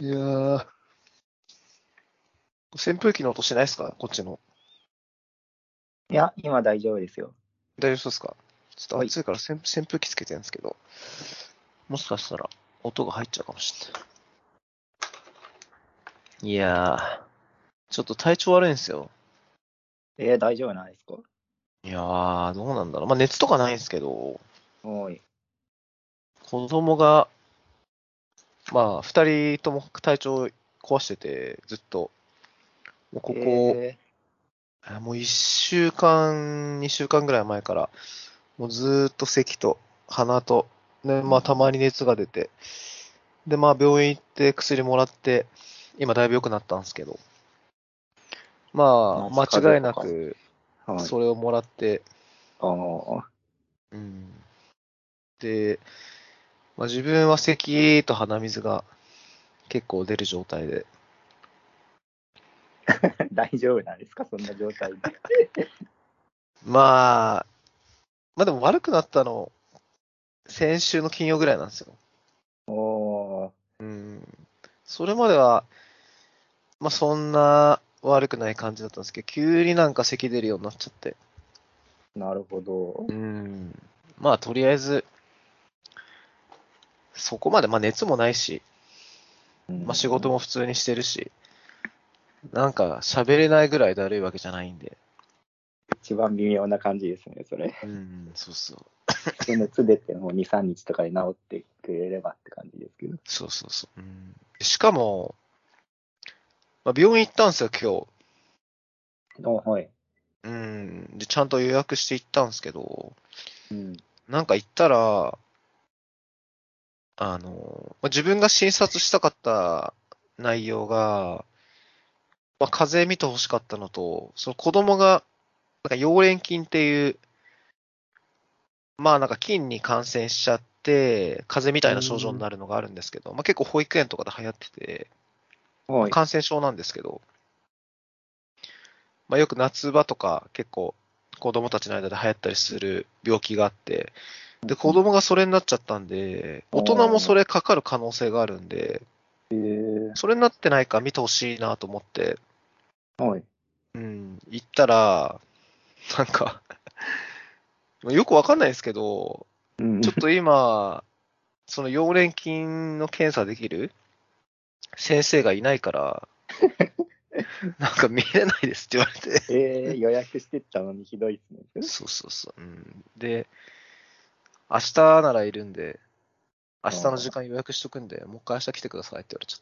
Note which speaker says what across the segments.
Speaker 1: いやー。扇風機の音しないですかこっちの。
Speaker 2: いや、今大丈夫ですよ。
Speaker 1: 大丈夫そうですかちょっ
Speaker 2: は
Speaker 1: と
Speaker 2: い
Speaker 1: 暑いから扇扇風機つけてるんですけど、もしかしたら音が入っちゃうかもしれない。いやー、ちょっと体調悪いんですよ。
Speaker 2: えー、大丈夫なんですか
Speaker 1: いやー、どうなんだろう。まあ、熱とかないんですけど、
Speaker 2: おい。
Speaker 1: 子供が、まあ、二人とも体調壊してて、ずっと、もうここ、
Speaker 2: え
Speaker 1: あもう一週間、二週間ぐらい前から、もうずーっと咳と鼻と、ね、まあたまに熱が出て、で、まあ病院行って薬もらって、今だいぶ良くなったんですけど、まあ
Speaker 2: まあ
Speaker 1: 間違いな
Speaker 2: 風
Speaker 1: く
Speaker 2: ーはい。
Speaker 1: それをもらって、
Speaker 2: あー
Speaker 1: うん。で、まあ自分は咳と鼻水が結構出る状態で、
Speaker 2: 大丈夫なんですかそんな状態で。
Speaker 1: まあ、まあでも悪くなったの、先週の金曜ぐらいなんですよ。
Speaker 2: おー。
Speaker 1: うんそれまでは、まあ、そんな悪くない感じだったんですけど、急になんか咳出るようになっちゃって。
Speaker 2: なるほど。
Speaker 1: うん。まあ、とりあえず、そこまで、まあ、熱もないし、まあ、仕事
Speaker 2: も。
Speaker 1: も普通にしてるし、なんか喋れないぐらいだるいわけじゃないんで。
Speaker 2: 一番微妙な感じですね、それ。
Speaker 1: うん、そうそう。
Speaker 2: 熱出てもう2、3日とかで治ってくれればって感じですけど。
Speaker 1: そうそうそう。うん、しかも、まあ、病院行ったんですよ、今日。
Speaker 2: おーはい。
Speaker 1: うん。で、ちゃんと予約して行ったんですけど、
Speaker 2: うん。
Speaker 1: なんか行ったら、あの、まあ自分が診察したかった内容が、まあ、風邪見てほしかったのと、その子供が、なんか溶連菌っていう、まあなんか菌に感染しちゃって、風邪みたいな症状になるのがあるんですけど、まあ結構保育園とかで流行ってて、
Speaker 2: はい。
Speaker 1: 感染症なんですけど、まあ、よく夏場とか結構子供たちの間で流行ったりする病気があって、で、子供がそれになっちゃったんで、大人もそれかかる可能性があるんで、
Speaker 2: えー
Speaker 1: それになってないか見てほしいなと思って、
Speaker 2: はい。
Speaker 1: うん、行ったら、なんか、 よくわかんないですけど、
Speaker 2: うん
Speaker 1: ちょっと今、その溶連菌の検査できる先生がいないから、なんか見れないですって言われて。
Speaker 2: えー、予約してったのにひどいですね。
Speaker 1: そうそうそう。うん、で、明日ならいるんで、明日の時間予約しとくんで、もう一回明日来てくださいって言われちゃっ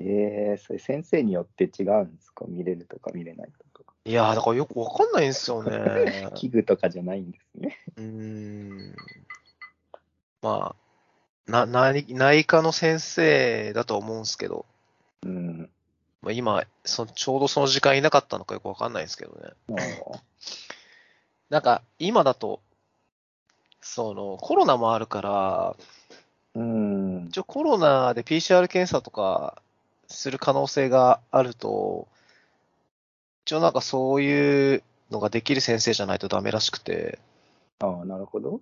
Speaker 1: て。
Speaker 2: えー、それ先生によって違うんですか見れるとか見れないとか。
Speaker 1: いやー、だからよくわかんないんですよね。
Speaker 2: 器具とかじゃないんですね。
Speaker 1: うーん。まあ、な、内内科の先生だと思うんですけど、
Speaker 2: うん。
Speaker 1: まあ、今そ、ちょうどその時間いなかったのかよくわかんないですけどね。
Speaker 2: あ
Speaker 1: なんか、今だと、その、コロナもあるから、
Speaker 2: ーうん。
Speaker 1: 一応コロナで PCR 検査とかする可能性があると、一応なんかそういうのができる先生じゃないとダメらしくて、
Speaker 2: ああ、なるほど。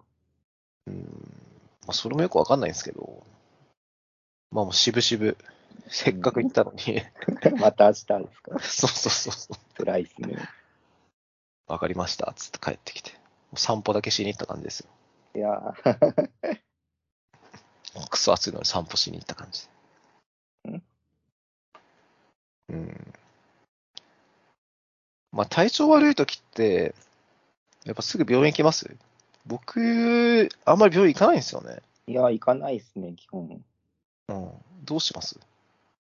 Speaker 1: まあ、それもよくわかんないんですけど、まあもう渋々、せっかく行ったのに、
Speaker 2: また明日ですか
Speaker 1: そうそうそうそう。
Speaker 2: 辛いですね。
Speaker 1: わかりました、つって帰ってきて。もう散歩だけしに行った感じですよ。
Speaker 2: いやー
Speaker 1: クソ暑いのに散歩しに行った感じ。うん。まあ体調悪い時って、やっぱすぐ病院行きます僕、あんまり病院行かないんですよね。
Speaker 2: いやー、行かないですね、基本。
Speaker 1: うん。どうします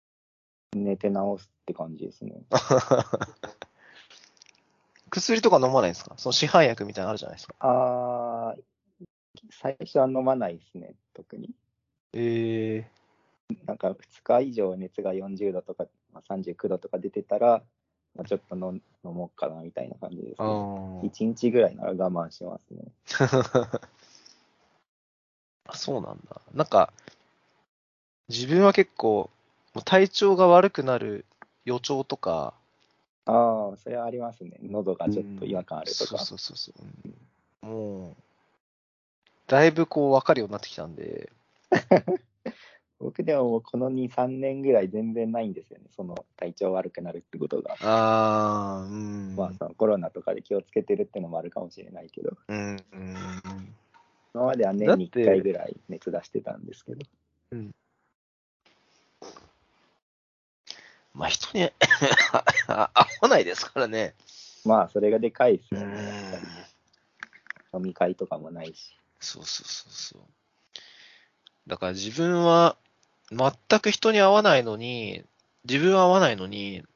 Speaker 2: 寝て直すって感じですね。
Speaker 1: 薬とか飲まないんですかその市販薬みたいなのあるじゃないですか。
Speaker 2: ああ、最初は飲まないですね、特に。
Speaker 1: ええ
Speaker 2: なんか2日以上熱が40度とか、まあ、39度とか出てたら、まあ、ちょっと飲ん飲もうかなみたいな感じです、ね。
Speaker 1: あ
Speaker 2: 1日ぐらいなら我慢しますね。
Speaker 1: あ。そうなんだ。なんか、自分は結構、もう体調が悪くなる予兆とか、
Speaker 2: ああ、それはありますね。喉がちょっと違和感あると
Speaker 1: そう
Speaker 2: か。
Speaker 1: そうそうそう、うんもう、だいぶこう分かるようになってきたんで、
Speaker 2: 僕僕でももうこの2、3年ぐらい全然ないんですよね、その体調悪くなるってことが。
Speaker 1: ああ、うん。
Speaker 2: まあ、そのコロナとかで気をつけてるってのもあるかもしれないけど、
Speaker 1: うん、うん。
Speaker 2: 今までは年に1
Speaker 3: だっ
Speaker 2: 回
Speaker 3: て
Speaker 2: ぐらい熱出してたんですけど、
Speaker 1: まあ、人に 合わないですからね。
Speaker 2: まあ、それがでかいです
Speaker 1: う
Speaker 2: よね、やっぱり
Speaker 1: ん。
Speaker 2: 飲み会とかもないし。
Speaker 1: そうそうそうそう。だから自分は全く人に会わないのに、自分は会わないのに、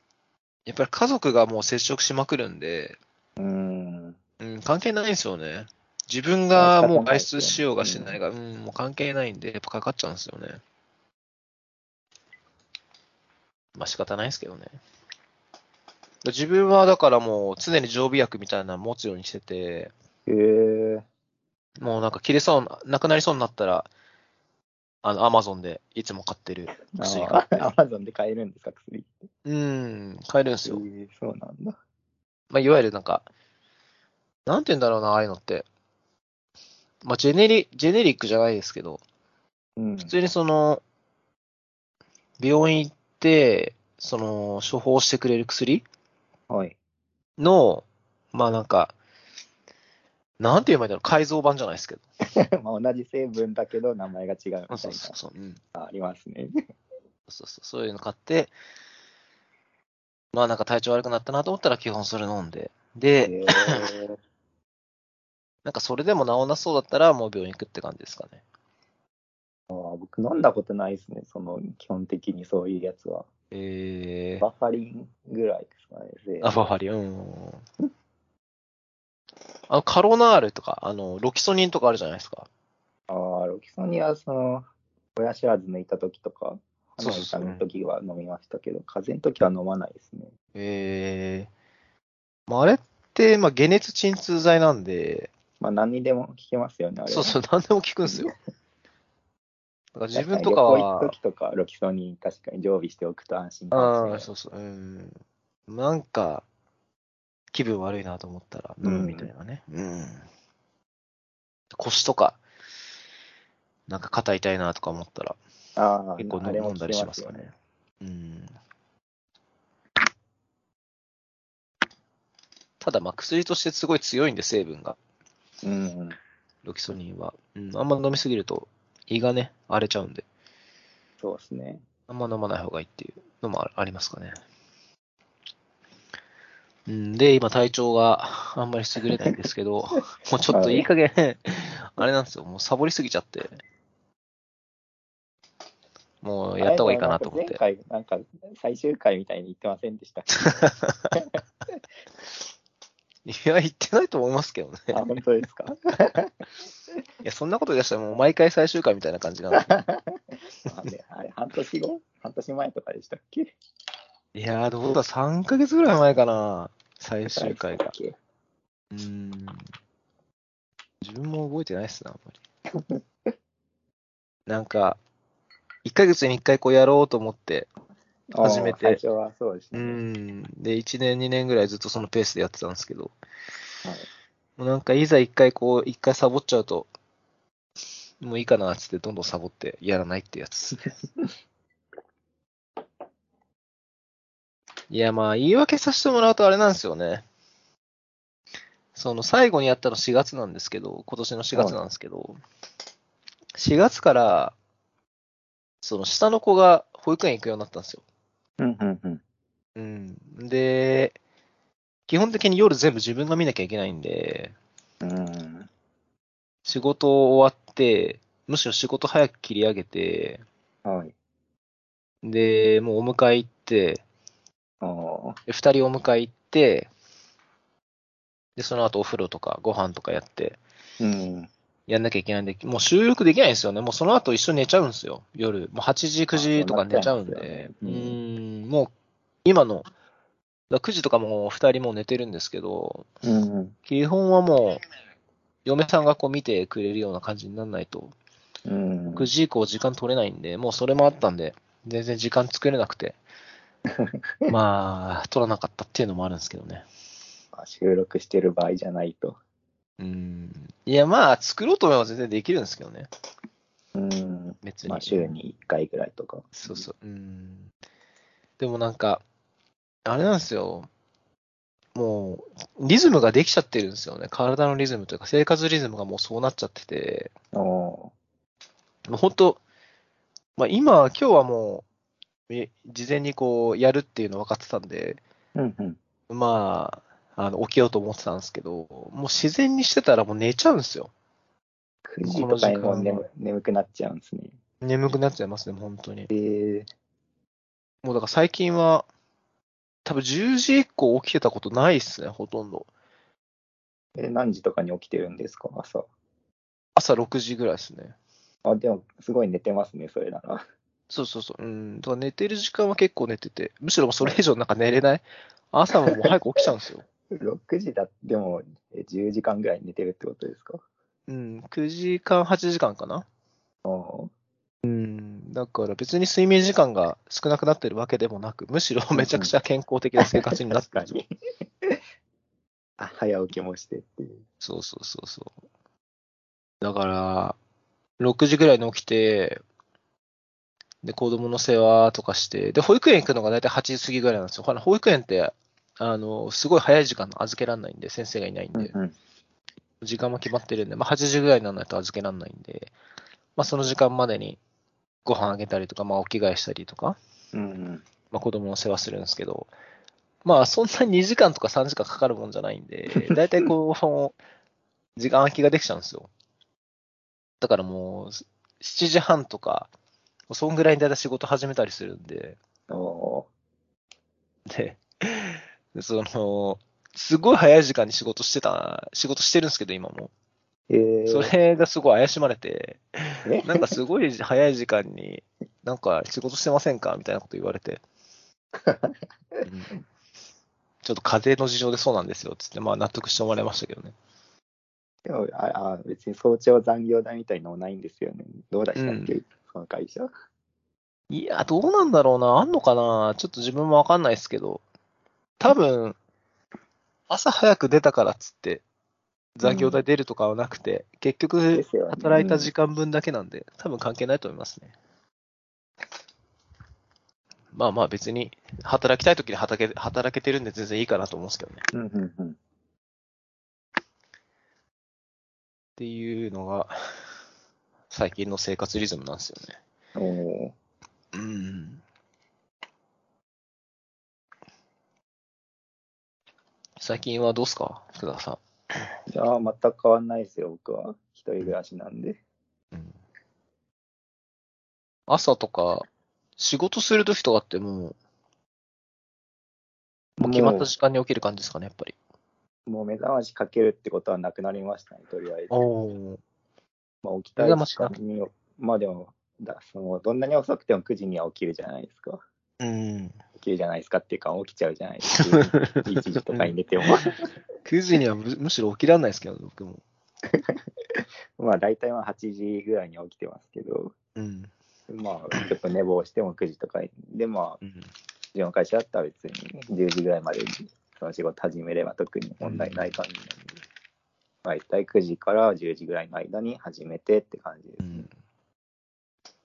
Speaker 1: やっぱり家族がもう接触しまくるんで、
Speaker 2: うーん、
Speaker 1: うん、関係ないんですよね。自分がもう外出しようが
Speaker 2: 仕
Speaker 1: し
Speaker 2: 方な
Speaker 1: ないいが、うん、もう関係ないんで、やっぱかかっちゃうんですよね。まあ仕方ないですけどね。自分はだからもう常に常備薬みたいなの持つようにしてて、
Speaker 2: えー、
Speaker 1: もうなんか切れそうな、なくなりそうになったら、あの、アマゾンでいつも買ってる薬買
Speaker 2: あ
Speaker 1: って。
Speaker 2: アマゾンで買えるんですか、薬って。
Speaker 1: うん、買えるんですよ。
Speaker 2: えーそうなんだ。
Speaker 1: まあ、いわゆるなんか、なんて言うんだろうな、ああいうのって。まあ、ジェネリ、ジェネリックじゃないですけど、
Speaker 2: うん、
Speaker 1: 普通にその、病院行って、その、処方してくれる薬
Speaker 2: はい。
Speaker 1: の、まあなんか、なんて言えばいいんだろう、改造版じゃないですけど。
Speaker 2: まあ同じ成分だけど、名前が違うみたいな
Speaker 1: そうそうそう。うん
Speaker 2: ありますね。
Speaker 1: そうそう、そういうの買って、まあなんか体調悪くなったなと思ったら基本それ飲んで、で、
Speaker 2: えー
Speaker 1: なんかそれでも治んなそうだったらもう病院行くって感じですかね。
Speaker 2: あ僕飲んだことないですね、その基本的にそういうやつは。
Speaker 1: えー、
Speaker 2: バファリンぐらいですかね。せい
Speaker 1: あ、バファリン、うん。あの、カロナールとか、あの、ロキソニンとかあるじゃないですか。
Speaker 2: あーロキソニンはその親知らず抜いた時とか、
Speaker 1: そう
Speaker 2: 鼻
Speaker 1: そうそ
Speaker 2: 痛
Speaker 1: う
Speaker 2: みの時は飲みましたけど、風邪の時は飲まないですね。
Speaker 1: えー、まああれって、まあ解熱鎮痛剤なんで、
Speaker 2: まあ何にでも効けますよね、あれ
Speaker 1: そう
Speaker 2: は。
Speaker 1: そう、何でも効くん ですよ。だから自分とか
Speaker 2: 確に旅行行
Speaker 1: は
Speaker 2: く、時とかロキソニン確かに常備しておくと安心か
Speaker 1: あ
Speaker 2: も
Speaker 1: あ、
Speaker 2: し
Speaker 1: そ
Speaker 2: れ
Speaker 1: うそう。うん。なんか、気分悪いなと思ったら飲むみたいなね。うん。腰とか、なんか肩痛いなとか思ったら、
Speaker 2: ない。ああ
Speaker 1: 結構
Speaker 2: あれ
Speaker 1: 飲
Speaker 2: も
Speaker 1: 飲んだりしますよ
Speaker 2: 効け
Speaker 1: ね。うん。ただ、まあ、薬としてすごい強いんで、成分が。
Speaker 2: すよね。うん。
Speaker 1: ロキソニンは。うん。あんま飲みすぎると、胃がね、荒れちゃうんで、
Speaker 2: そうですね。
Speaker 1: あんま飲まない方がいいっていうのもあありますかね。うん、で、今体調があんまり優れないんですけ ど、もうちょっといい加減、あれなんですよ、もうサボりすぎちゃって。もうやった方がいいかなと思って。
Speaker 2: あれでもなんか前回、なんか最終回みたいに言ってません でしたっ
Speaker 1: いや、言ってないと思いますけどね。
Speaker 2: けあ、本当ですか
Speaker 1: いや、そんなこと言い出したらもう毎回最終回みたいな感じ なんで。
Speaker 2: あれ、あれ半年後半年前とかでしたっけ
Speaker 1: いやー、どうだ、3ヶ月ぐらい前かな、最終回が。
Speaker 2: 最終
Speaker 1: うーん。自分も覚えてないっすな、あんまり。なんか、1ヶ月に1回こうやろうと思って、
Speaker 2: 回
Speaker 1: 初めて
Speaker 2: あー最初はそうです
Speaker 1: う
Speaker 2: ね。
Speaker 1: ん。で、1年、2年ぐらいずっとそのペースでやってたんですけど、
Speaker 2: はい
Speaker 1: もうなんかいざ1回こう、1回サボっちゃうと、もういいかなっつって、どんどんサボってやらないってやつですね。いや、まあ、言い訳させてもらうとあれなんですよね。その、最後にやったの4月なんですけど、今年の4月なんですけど、4月から、その、下の子が保育園行くようになったんですよ。
Speaker 2: うんうんうん。
Speaker 1: うん。で、基本的に夜全部自分が見なきゃいけないんで、
Speaker 2: うん。
Speaker 1: 仕事終わって、むしろ仕事早く切り上げて、
Speaker 2: はい。
Speaker 1: で、もうお迎え行って、
Speaker 2: あー
Speaker 1: で二人お迎え行って、で、その後お風呂とかご飯とかやって、
Speaker 2: うん。
Speaker 1: やんなきゃいけないんで、もう収録できないんですよね。もうその後一緒に寝ちゃうんですよ。夜。もう8時、9時とか寝ちゃうん
Speaker 2: あそうなっちゃい
Speaker 1: で。
Speaker 2: ま
Speaker 1: う
Speaker 2: すよね
Speaker 1: ん、もう今の、だから9時とかもう二人もう寝てるんですけど、
Speaker 2: うん。
Speaker 1: 基本はもう、嫁さんがこう見てくれるような感じにならないと、
Speaker 2: うん。
Speaker 1: 9時以降時間取れないんで、もうそれもあったんで、全然時間作れなく て、まあ、取らなかったっていうのもあるんですけどね。
Speaker 2: 収録してる場合じゃないと。
Speaker 1: うん。いや、まあ、作ろうと思えば全然できるんですけどね。
Speaker 2: うん。
Speaker 1: 別に。
Speaker 2: まあ、週に1回ぐらいとか。
Speaker 1: そうそう。うん。でもなんか、あれなんですよ。もう、リズムができちゃってるんですよね。体のリズムというか、生活リズムがもうそうなっちゃってて、
Speaker 2: お
Speaker 1: もう本当、まあ今、今日はもう、え事前にこう、やるっていうの分かってたんで、
Speaker 2: ーうんうん。
Speaker 1: まあ、あの起きようと思ってたんですけど、もう自然にしてたらもう寝ちゃうんですよ。
Speaker 2: 9時とかにも
Speaker 1: こ
Speaker 2: う
Speaker 1: の時間は
Speaker 2: 眠眠くなっちゃうんですね。
Speaker 1: 眠くなっちゃいますね、本当に。
Speaker 2: え
Speaker 1: もうだから最近は、多分10時以降起きてたことないっすね、ほとんど。
Speaker 2: ー、え何時とかに起きてるんですか、朝。
Speaker 1: 朝6時ぐらいですね。
Speaker 2: あ、でも、すごい寝てますね、それなら。
Speaker 1: そうそうそう。うん。だから寝てる時間は結構寝てて、むしろもうそれ以上なんか寝れない。朝ももう早く起きちゃうんですよ。
Speaker 2: 6時だでも、え10時間ぐらい寝てるってことですか。
Speaker 1: うん。9時間、8時間かな。
Speaker 2: あー
Speaker 1: うん。だから別に睡眠時間が少なくなってるわけでもなく、むしろめちゃくちゃ健康的な生活になっ
Speaker 2: 確
Speaker 1: て
Speaker 2: か
Speaker 1: る。
Speaker 2: に。 あ早起きもしてっていう。
Speaker 1: そうそうそうそう。だから、6時ぐらいに起きて、で、子供の世話とかして、で、保育園行くのが大体8時過ぎぐらいなんですよ。ほら保育園って、あの、すごい早い時間預けられないんで、先生がいないんで、
Speaker 2: うん
Speaker 1: 時間も決まってるんで、まあ8時ぐらいにならないと預けられないんで、まあその時間までにご飯あげたりとか、まあお着替えしたりとか、
Speaker 2: うんうん
Speaker 1: まあ子供の世話するんですけど、まあそんなに2時間とか3時間かかるもんじゃないんで、大体こう、時間空きができちゃうんですよ。だからもう、7時半とか、そんぐらいに大体仕事始めたりするんで、
Speaker 2: お
Speaker 1: で、でその、すごい早い時間に仕事してた、仕事してるんですけど、今も。
Speaker 2: ーえー、
Speaker 1: それがすごい怪しまれて、
Speaker 2: ね
Speaker 1: なんかすごい早い時間に、なんか仕事してませんかみたいなこと言われて。うんちょっと風邪の事情でそうなんですよ、つって、まあ納得してもらいましたけどね。
Speaker 2: でもああ別に早朝残業代みたいのもないんですよね。どうだしたっけ、その会社。
Speaker 1: いや、どうなんだろうな、あんのかな、ちょっと自分もわかんないですけど、多分、朝早く出たからっつって、残業代出るとかはなくて、結
Speaker 2: で
Speaker 1: 局、
Speaker 2: すよね。
Speaker 1: 働いた時間分だけなんで、多分関係ないと思いますね。まあまあ別に、働きたい時に働け働けてるんで全然いいかなと思うんですけどね。っ
Speaker 2: うんうんうん。
Speaker 1: ていうのが、最近の生活リズムなんですよね。
Speaker 2: お
Speaker 1: う
Speaker 2: ー
Speaker 1: ん。最近はどうっすか福田さ
Speaker 2: いやー全く変わんないですよ、僕は。一人暮らしなんで。
Speaker 1: ん。朝とか、仕事するときとかってもう、もう決まった時間に起きる感じですかね、やっぱり。
Speaker 2: もう目覚ましかけるってことはなくなりましたね、とりあえず。
Speaker 1: お
Speaker 2: まあ、起きたい
Speaker 1: 目覚まし
Speaker 2: 時
Speaker 1: か
Speaker 2: 間に、まあでもだその、どんなに遅くても9時には起きるじゃないですか。
Speaker 1: うん。
Speaker 2: 起きるじゃないですかっていうか、起きちゃうじゃないですか。1時 とかに寝ても。
Speaker 1: 9時にはむむしろ起きられないですけど、僕も。
Speaker 2: まあ大体は8時ぐらいには起きてますけど、
Speaker 1: うん。
Speaker 2: まあちょっと寝坊しても9時とかに。で、まあ、
Speaker 1: うん。
Speaker 2: 自分の会社だったら別に10時ぐらいまでにその仕事始めれば特に問題ない感じなんで、大体9時から10時ぐらいの間に始めてって感じです。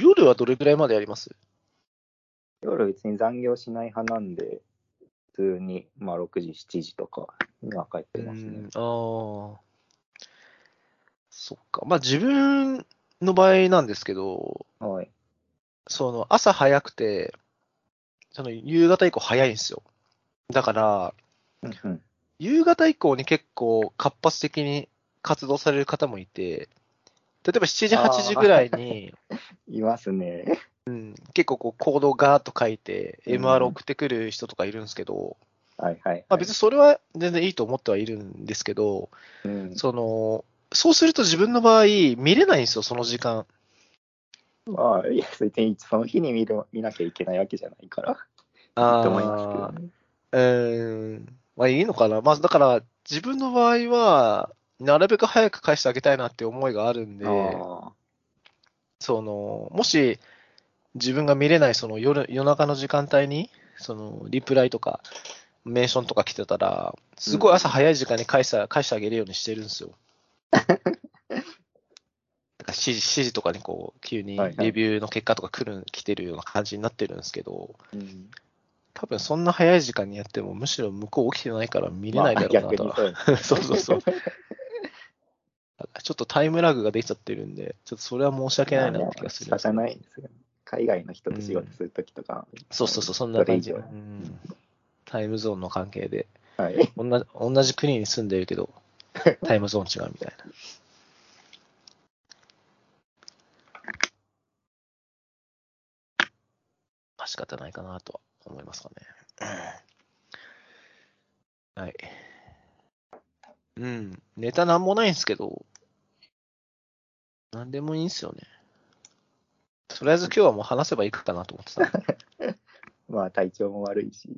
Speaker 1: 夜はどれぐらいまでやります
Speaker 2: 夜別に残業しない派なんで、普通に、まあ、6時、7時とかには帰ってますね。
Speaker 1: ああ。そっか。まあ自分の場合なんですけど、
Speaker 2: はい。
Speaker 1: その朝早くて、その夕方以降早いんですよ。だから、
Speaker 2: うんうん
Speaker 1: 夕方以降に結構活発的に活動される方もいて、例えば7時、
Speaker 2: あー
Speaker 1: 8時ぐらいに、
Speaker 2: いますね。
Speaker 1: うん、結構こうコードをガーッと書いて、
Speaker 2: うん
Speaker 1: MR 送ってくる人とかいるんですけど、
Speaker 2: はいはい、はい。
Speaker 1: まあ別にそれは全然いいと思ってはいるんですけど、
Speaker 2: うん、
Speaker 1: その、そうすると自分の場合、見れないんですよ、その時間。
Speaker 2: まあ、いや、別にその日に見る見なきゃいけないわけじゃないから、いいと思いますけどね。
Speaker 1: うーん。まあいいのかな。まあだから、自分の場合は、なるべく早く返してあげたいなって思いがあるんで、
Speaker 2: あ
Speaker 1: その、もし、自分が見れない、その夜、夜中の時間帯に、その、リプライとか、メンションとか来てたら、す ごい朝早い時間に返した、返してあげるようにしてるんですよ。 7時、7時とかにこう、急に
Speaker 2: はいはい
Speaker 1: レビューの結果とか来る、来てるような感じになってるんですけど、
Speaker 2: うん
Speaker 1: 多分そんな早い時間にやっても、むしろ向こう起きてないから見れないだろう
Speaker 2: ま
Speaker 1: な
Speaker 2: あ逆
Speaker 1: と
Speaker 2: に
Speaker 1: は。
Speaker 2: そう
Speaker 1: そう
Speaker 2: です
Speaker 1: そうそう。だからちょっとタイムラグができちゃってるんで、ちょっとそれは申し訳ないなって気がするん
Speaker 2: まあ
Speaker 1: で
Speaker 2: 仕
Speaker 1: すけ
Speaker 2: 方
Speaker 1: ど。
Speaker 2: ないですよね。海外の人と仕事するときとか、
Speaker 1: そうそうそう、そんな感じ。
Speaker 2: そうれ以上
Speaker 1: んタイムゾーンの関係で、
Speaker 2: はい。
Speaker 1: 同じ同じ国に住んでるけど、タイムゾーン違うみたいな。まあ仕方ないかなとは思いますかね。はい。うん。ネタなんもないんですけど、なんでもいいんすよね。とりあえず今日はもう話せばいいかなと思ってたんで。
Speaker 2: まあ体調も悪いし、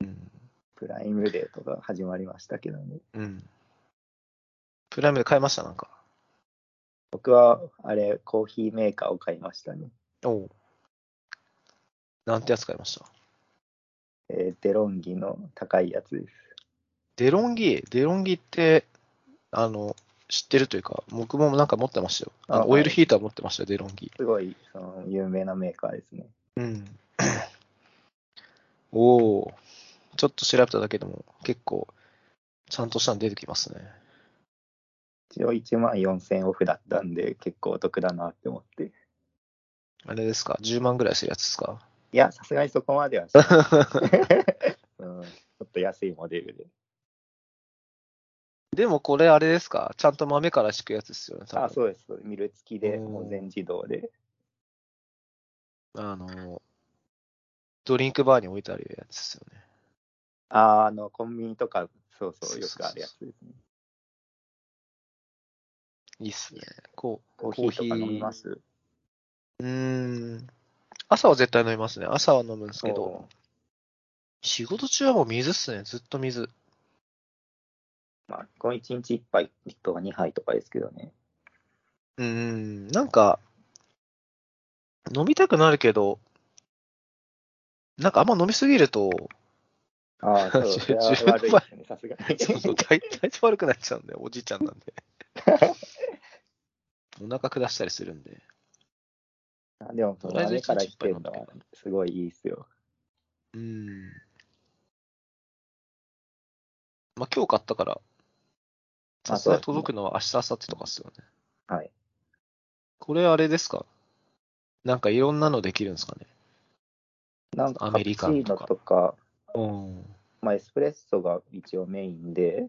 Speaker 1: うん。
Speaker 2: プライムデーとか始まりましたけどね。
Speaker 1: うん。プライムで買いました、なんか。
Speaker 2: 僕は、あれ、コーヒーメーカーを買いましたね。
Speaker 1: おうなんてやつ買いました
Speaker 2: えーデロンギの高いやつです。
Speaker 1: デロンギデロンギって、あの、知ってるというか、僕もなんか持ってましたよ。あ
Speaker 2: あ
Speaker 1: のオイ
Speaker 2: は
Speaker 1: ル
Speaker 2: い
Speaker 1: ヒーター持ってましたよ、デロンギ。
Speaker 2: すごい、その、有名なメーカーですね。
Speaker 1: うん。お おちょっと調べただけでも結構、ちゃんとしたの出てきますね。
Speaker 2: 一応1万4000オフだったんで、結構お得だなって思って。い
Speaker 1: あれですか ?10 万ぐらいするやつですか
Speaker 2: や、さすがにそこまではしない、うん。ちょっと安いモデルで。
Speaker 1: でもこれあれですかちゃんと豆から敷くやつですよね、多分
Speaker 2: あ、そうです。ミル付きで、
Speaker 1: うん
Speaker 2: もう全自動で。
Speaker 1: あの、ドリンクバーに置いてあるやつですよね。
Speaker 2: あー、あの、コンビニとか、そうそ
Speaker 1: そうそ
Speaker 2: う、よ
Speaker 1: うそう
Speaker 2: くあるやつですね。
Speaker 1: いいっすね。こう、。
Speaker 2: コーヒーとか飲みますす
Speaker 1: うーん。朝は絶対飲みますね。朝は飲むんですけど、
Speaker 2: お
Speaker 1: 仕事中はもう水っすね。ずっと水。
Speaker 2: まあ、この1日1杯とか2杯とかですけど ね。
Speaker 1: うーん。なんか、飲みたくなるけど、なんかあんま飲みすぎる と、
Speaker 2: ああ、そう、
Speaker 1: 十
Speaker 2: それは悪いですね、さすが
Speaker 1: そうそう
Speaker 2: に。
Speaker 1: 体体調悪くなっちゃうんで、おじいちゃん なんで。お腹下したりするんで。
Speaker 2: あでも、その豆から来てるのは、すごいいいですよ。
Speaker 1: うーん。まあ今日買ったから、さすがに届くのは明日、明後日とかっすよね。
Speaker 2: はい。
Speaker 1: これあれですかなんかいろんなのできるんですかね
Speaker 2: なんか、
Speaker 1: ア
Speaker 2: カ
Speaker 1: メ
Speaker 2: プ
Speaker 1: リ
Speaker 2: チ
Speaker 1: カン
Speaker 2: ー
Speaker 1: と
Speaker 2: ノ
Speaker 1: か
Speaker 2: とか、
Speaker 1: うん。
Speaker 2: まあ、エスプレッソが一応メインで、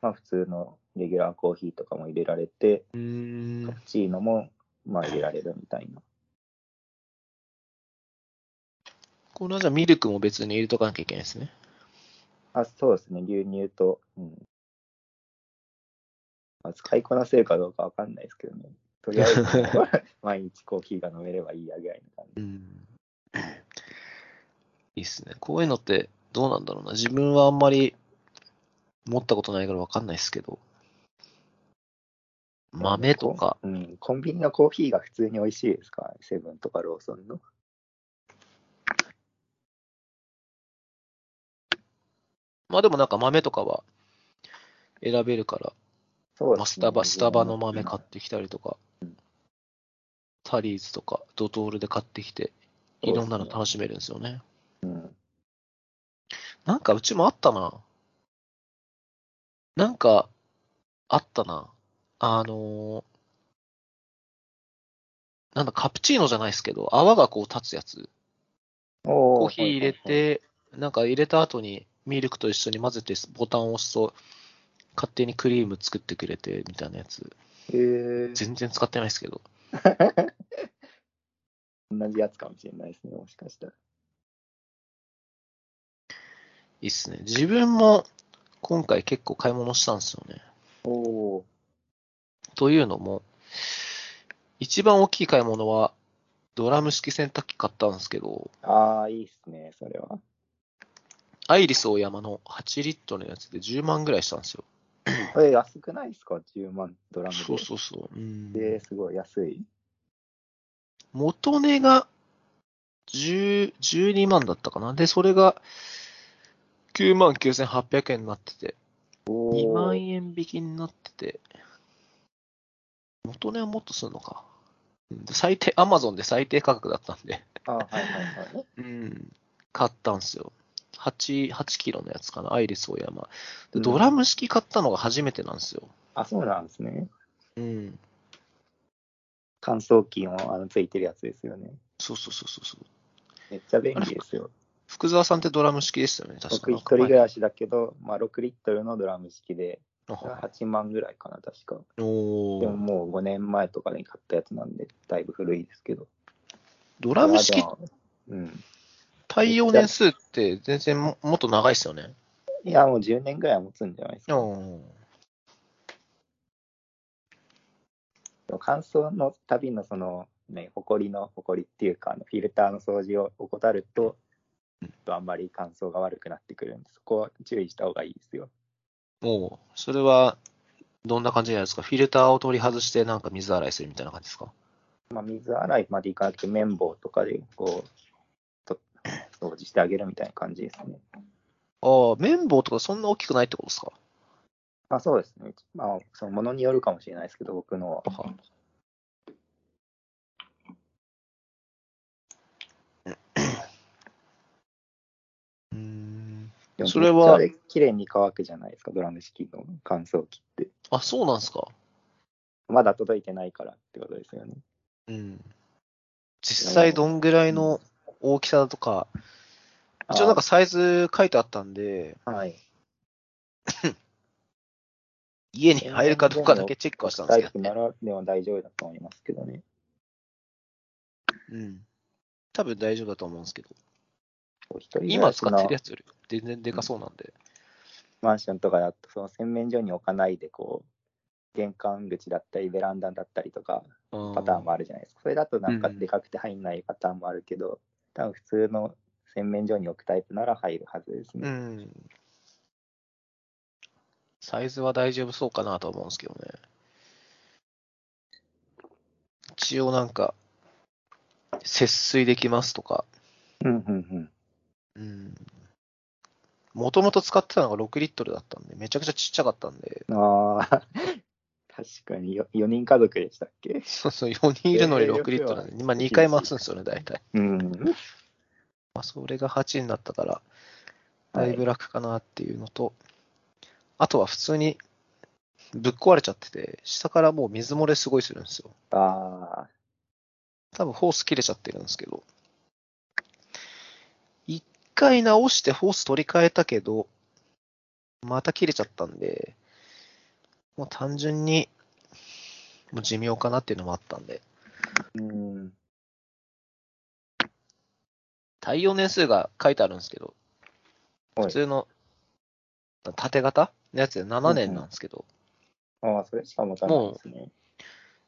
Speaker 2: まあ、普通のレギュラーコーヒーとかも入れられて、
Speaker 1: うー
Speaker 2: カ
Speaker 1: ん
Speaker 2: プ。チーノも、まあ、入れられるみたいな。
Speaker 1: これはじゃあミルクも別に入れとかなきゃいけないですね。
Speaker 2: あ、そうですね、牛乳と、うん。まあ、使いこなせるかどうかわかんないですけどね。とりあえ ず、毎日コーヒーが飲めればいいやぐらいの感じ。
Speaker 1: うん。いいっすね。こういうのってどうなんだろうな。自分はあんまり持ったことないからわかんないですけど。豆とか。
Speaker 2: うん、コンビニのコーヒーが普通に美味しいですからね、セブンとかローソンの。
Speaker 1: まあでもなんか豆とかは選べるから、
Speaker 2: そう
Speaker 1: ま
Speaker 2: で
Speaker 1: あ、ス
Speaker 2: す
Speaker 1: タ
Speaker 2: ね
Speaker 1: バ、スタバの豆買
Speaker 2: う
Speaker 1: っ
Speaker 2: ん
Speaker 1: てきたりとか、タリーズとか、ドトールで買ってきて、いろんなの楽しめるんですよね。
Speaker 2: うん
Speaker 1: なんかうちもあったな。なんか、あったな。あのーなんだ、カプチーノじゃないですけど、泡がこう立つやつ。コ
Speaker 2: コ
Speaker 1: ーヒー入れ、て、なんか入れた後にミルクと一緒に混ぜてボタンを押すと、勝手にクリーム作ってくれて、みたいなやつ。
Speaker 2: えー、
Speaker 1: 全然使ってないですけど。
Speaker 2: 同じやつかもしれないですね、もしかしたら。
Speaker 1: いいっすね。自分も今回結構買い物したんですよね。
Speaker 2: おお
Speaker 1: というのも、一番大きい買い物は、ドラム式洗濯機買ったんですけど、
Speaker 2: ー、ああ、いいですね、それは。
Speaker 1: アイリスオーヤマの8リットルのやつで10万ぐらいしたんですよ。
Speaker 2: これ安くないですか、10万ドラムで。
Speaker 1: そうそうそう。うん
Speaker 2: で、すごい安い。
Speaker 1: 元値が10 12万だったかな。で、それが9万9800円になってて、
Speaker 2: お
Speaker 1: 2
Speaker 2: お
Speaker 1: 万円引きになってて、元値はもっとするのか。うん最低、アマゾンで最低価格だったんで、
Speaker 2: あはいはいはい。
Speaker 1: うん、買ったんですよ。8、8キロのやつかな、アイリスオーヤマ。でドラム式買ったのが初めてなんですよ。
Speaker 2: あ、そうなんですね。
Speaker 1: うん。
Speaker 2: 乾燥機もあのついてるやつですよね。
Speaker 1: そうそうそうそうそう。
Speaker 2: めっちゃ便利ですよ。
Speaker 1: 福沢さんってドラム式でしたよね、確か
Speaker 2: 僕
Speaker 1: に。
Speaker 2: 一人暮らしだけど、まあ、6リットルのドラム式で、
Speaker 1: あ
Speaker 2: 8万ぐらいかな、確か。
Speaker 1: お
Speaker 2: でも
Speaker 1: ー
Speaker 2: もう5年前とかに買ったやつなんで、だいぶ古いですけど。
Speaker 1: ドラム式
Speaker 2: まあでもうん。
Speaker 1: 対応年数って全然ももっと長いですよね。
Speaker 2: いや、もう10年ぐらいは持つんじゃないですか。
Speaker 1: うん。
Speaker 2: 乾燥のたびのその、ね、ほこりのほこりっていうか、あのフィルターの掃除を怠ると、ちょっとあんまり乾燥が悪くなってくるんで、そこは注意した方がいいですよ。
Speaker 1: もう、それは、どんな感じじゃないですかフィルターを取り外して、なんか水洗いするみたいな感じですか
Speaker 2: まあ、水洗いまでいかなくて、綿棒とかでこうと掃除してあげるみたいな感じですね。
Speaker 1: ああ、綿棒とかそんな大きくないってことですか
Speaker 2: まあ、そうですね。まあ、そのものによるかもしれないですけど、僕のは
Speaker 1: はうん。
Speaker 2: でも
Speaker 1: それは
Speaker 2: めっちゃ綺麗に乾くじゃないですか、ドラム式の乾燥機って。
Speaker 1: あ、そうなんですか
Speaker 2: まだ届いてないからってことですよね。
Speaker 1: うん。実際どんぐらいの大きさとか、一応なんかサイズ書いてあったんで、
Speaker 2: あ、はい。
Speaker 1: 家に入るかどうかだけチェックはしたんですけ
Speaker 2: タイ
Speaker 1: ど
Speaker 2: プ
Speaker 1: ね
Speaker 2: な。らでも大丈夫だと思いますけどね。
Speaker 1: うん。多分大丈夫だと思うんですけど、
Speaker 2: お一人暮
Speaker 1: 今
Speaker 2: らし
Speaker 1: 使って
Speaker 2: の
Speaker 1: るやつより全然でかそうなんで。
Speaker 2: マンションとかだと、その洗面所に置かないで、こう、玄関口だったり、ベランダだったりとか、パターンもあるじゃないですか。それだとなんか
Speaker 1: うん
Speaker 2: でかくて入んないパターンもあるけど、多分普通の洗面所に置くタイプなら入るはずです
Speaker 1: う
Speaker 2: ね。
Speaker 1: ん。サイズは大丈夫そうかなと思うんですけどね。一応なんか、節水できますとか、
Speaker 2: うんうんう
Speaker 1: う
Speaker 2: ん。
Speaker 1: ん。もともと使ってたのが6リットルだったんで、めちゃくちゃちっちゃかったんで、
Speaker 2: ああ、 確かによ4人家族でしたっけ
Speaker 1: そうそう、4人いるのに6リットルなんで、今2回回すんですよね、大体。
Speaker 2: うん。
Speaker 1: まあ、それが8になったから、だいぶ楽かなっていうのと、あとは普通にぶっ壊れちゃってて、下からもう水漏れすごいするんですよ。
Speaker 2: ああ、
Speaker 1: 多分ホース切れちゃってるんですけど。一回直してホース取り替えたけど、また切れちゃったんで、もう単純に、もう寿命かなっていうのもあったんで、
Speaker 2: うん。
Speaker 1: 対応年数が書いてあるんですけど、
Speaker 2: はい
Speaker 1: 普通の縦型のやつで7年なんですけど、
Speaker 2: ああ、それしか持たないですね。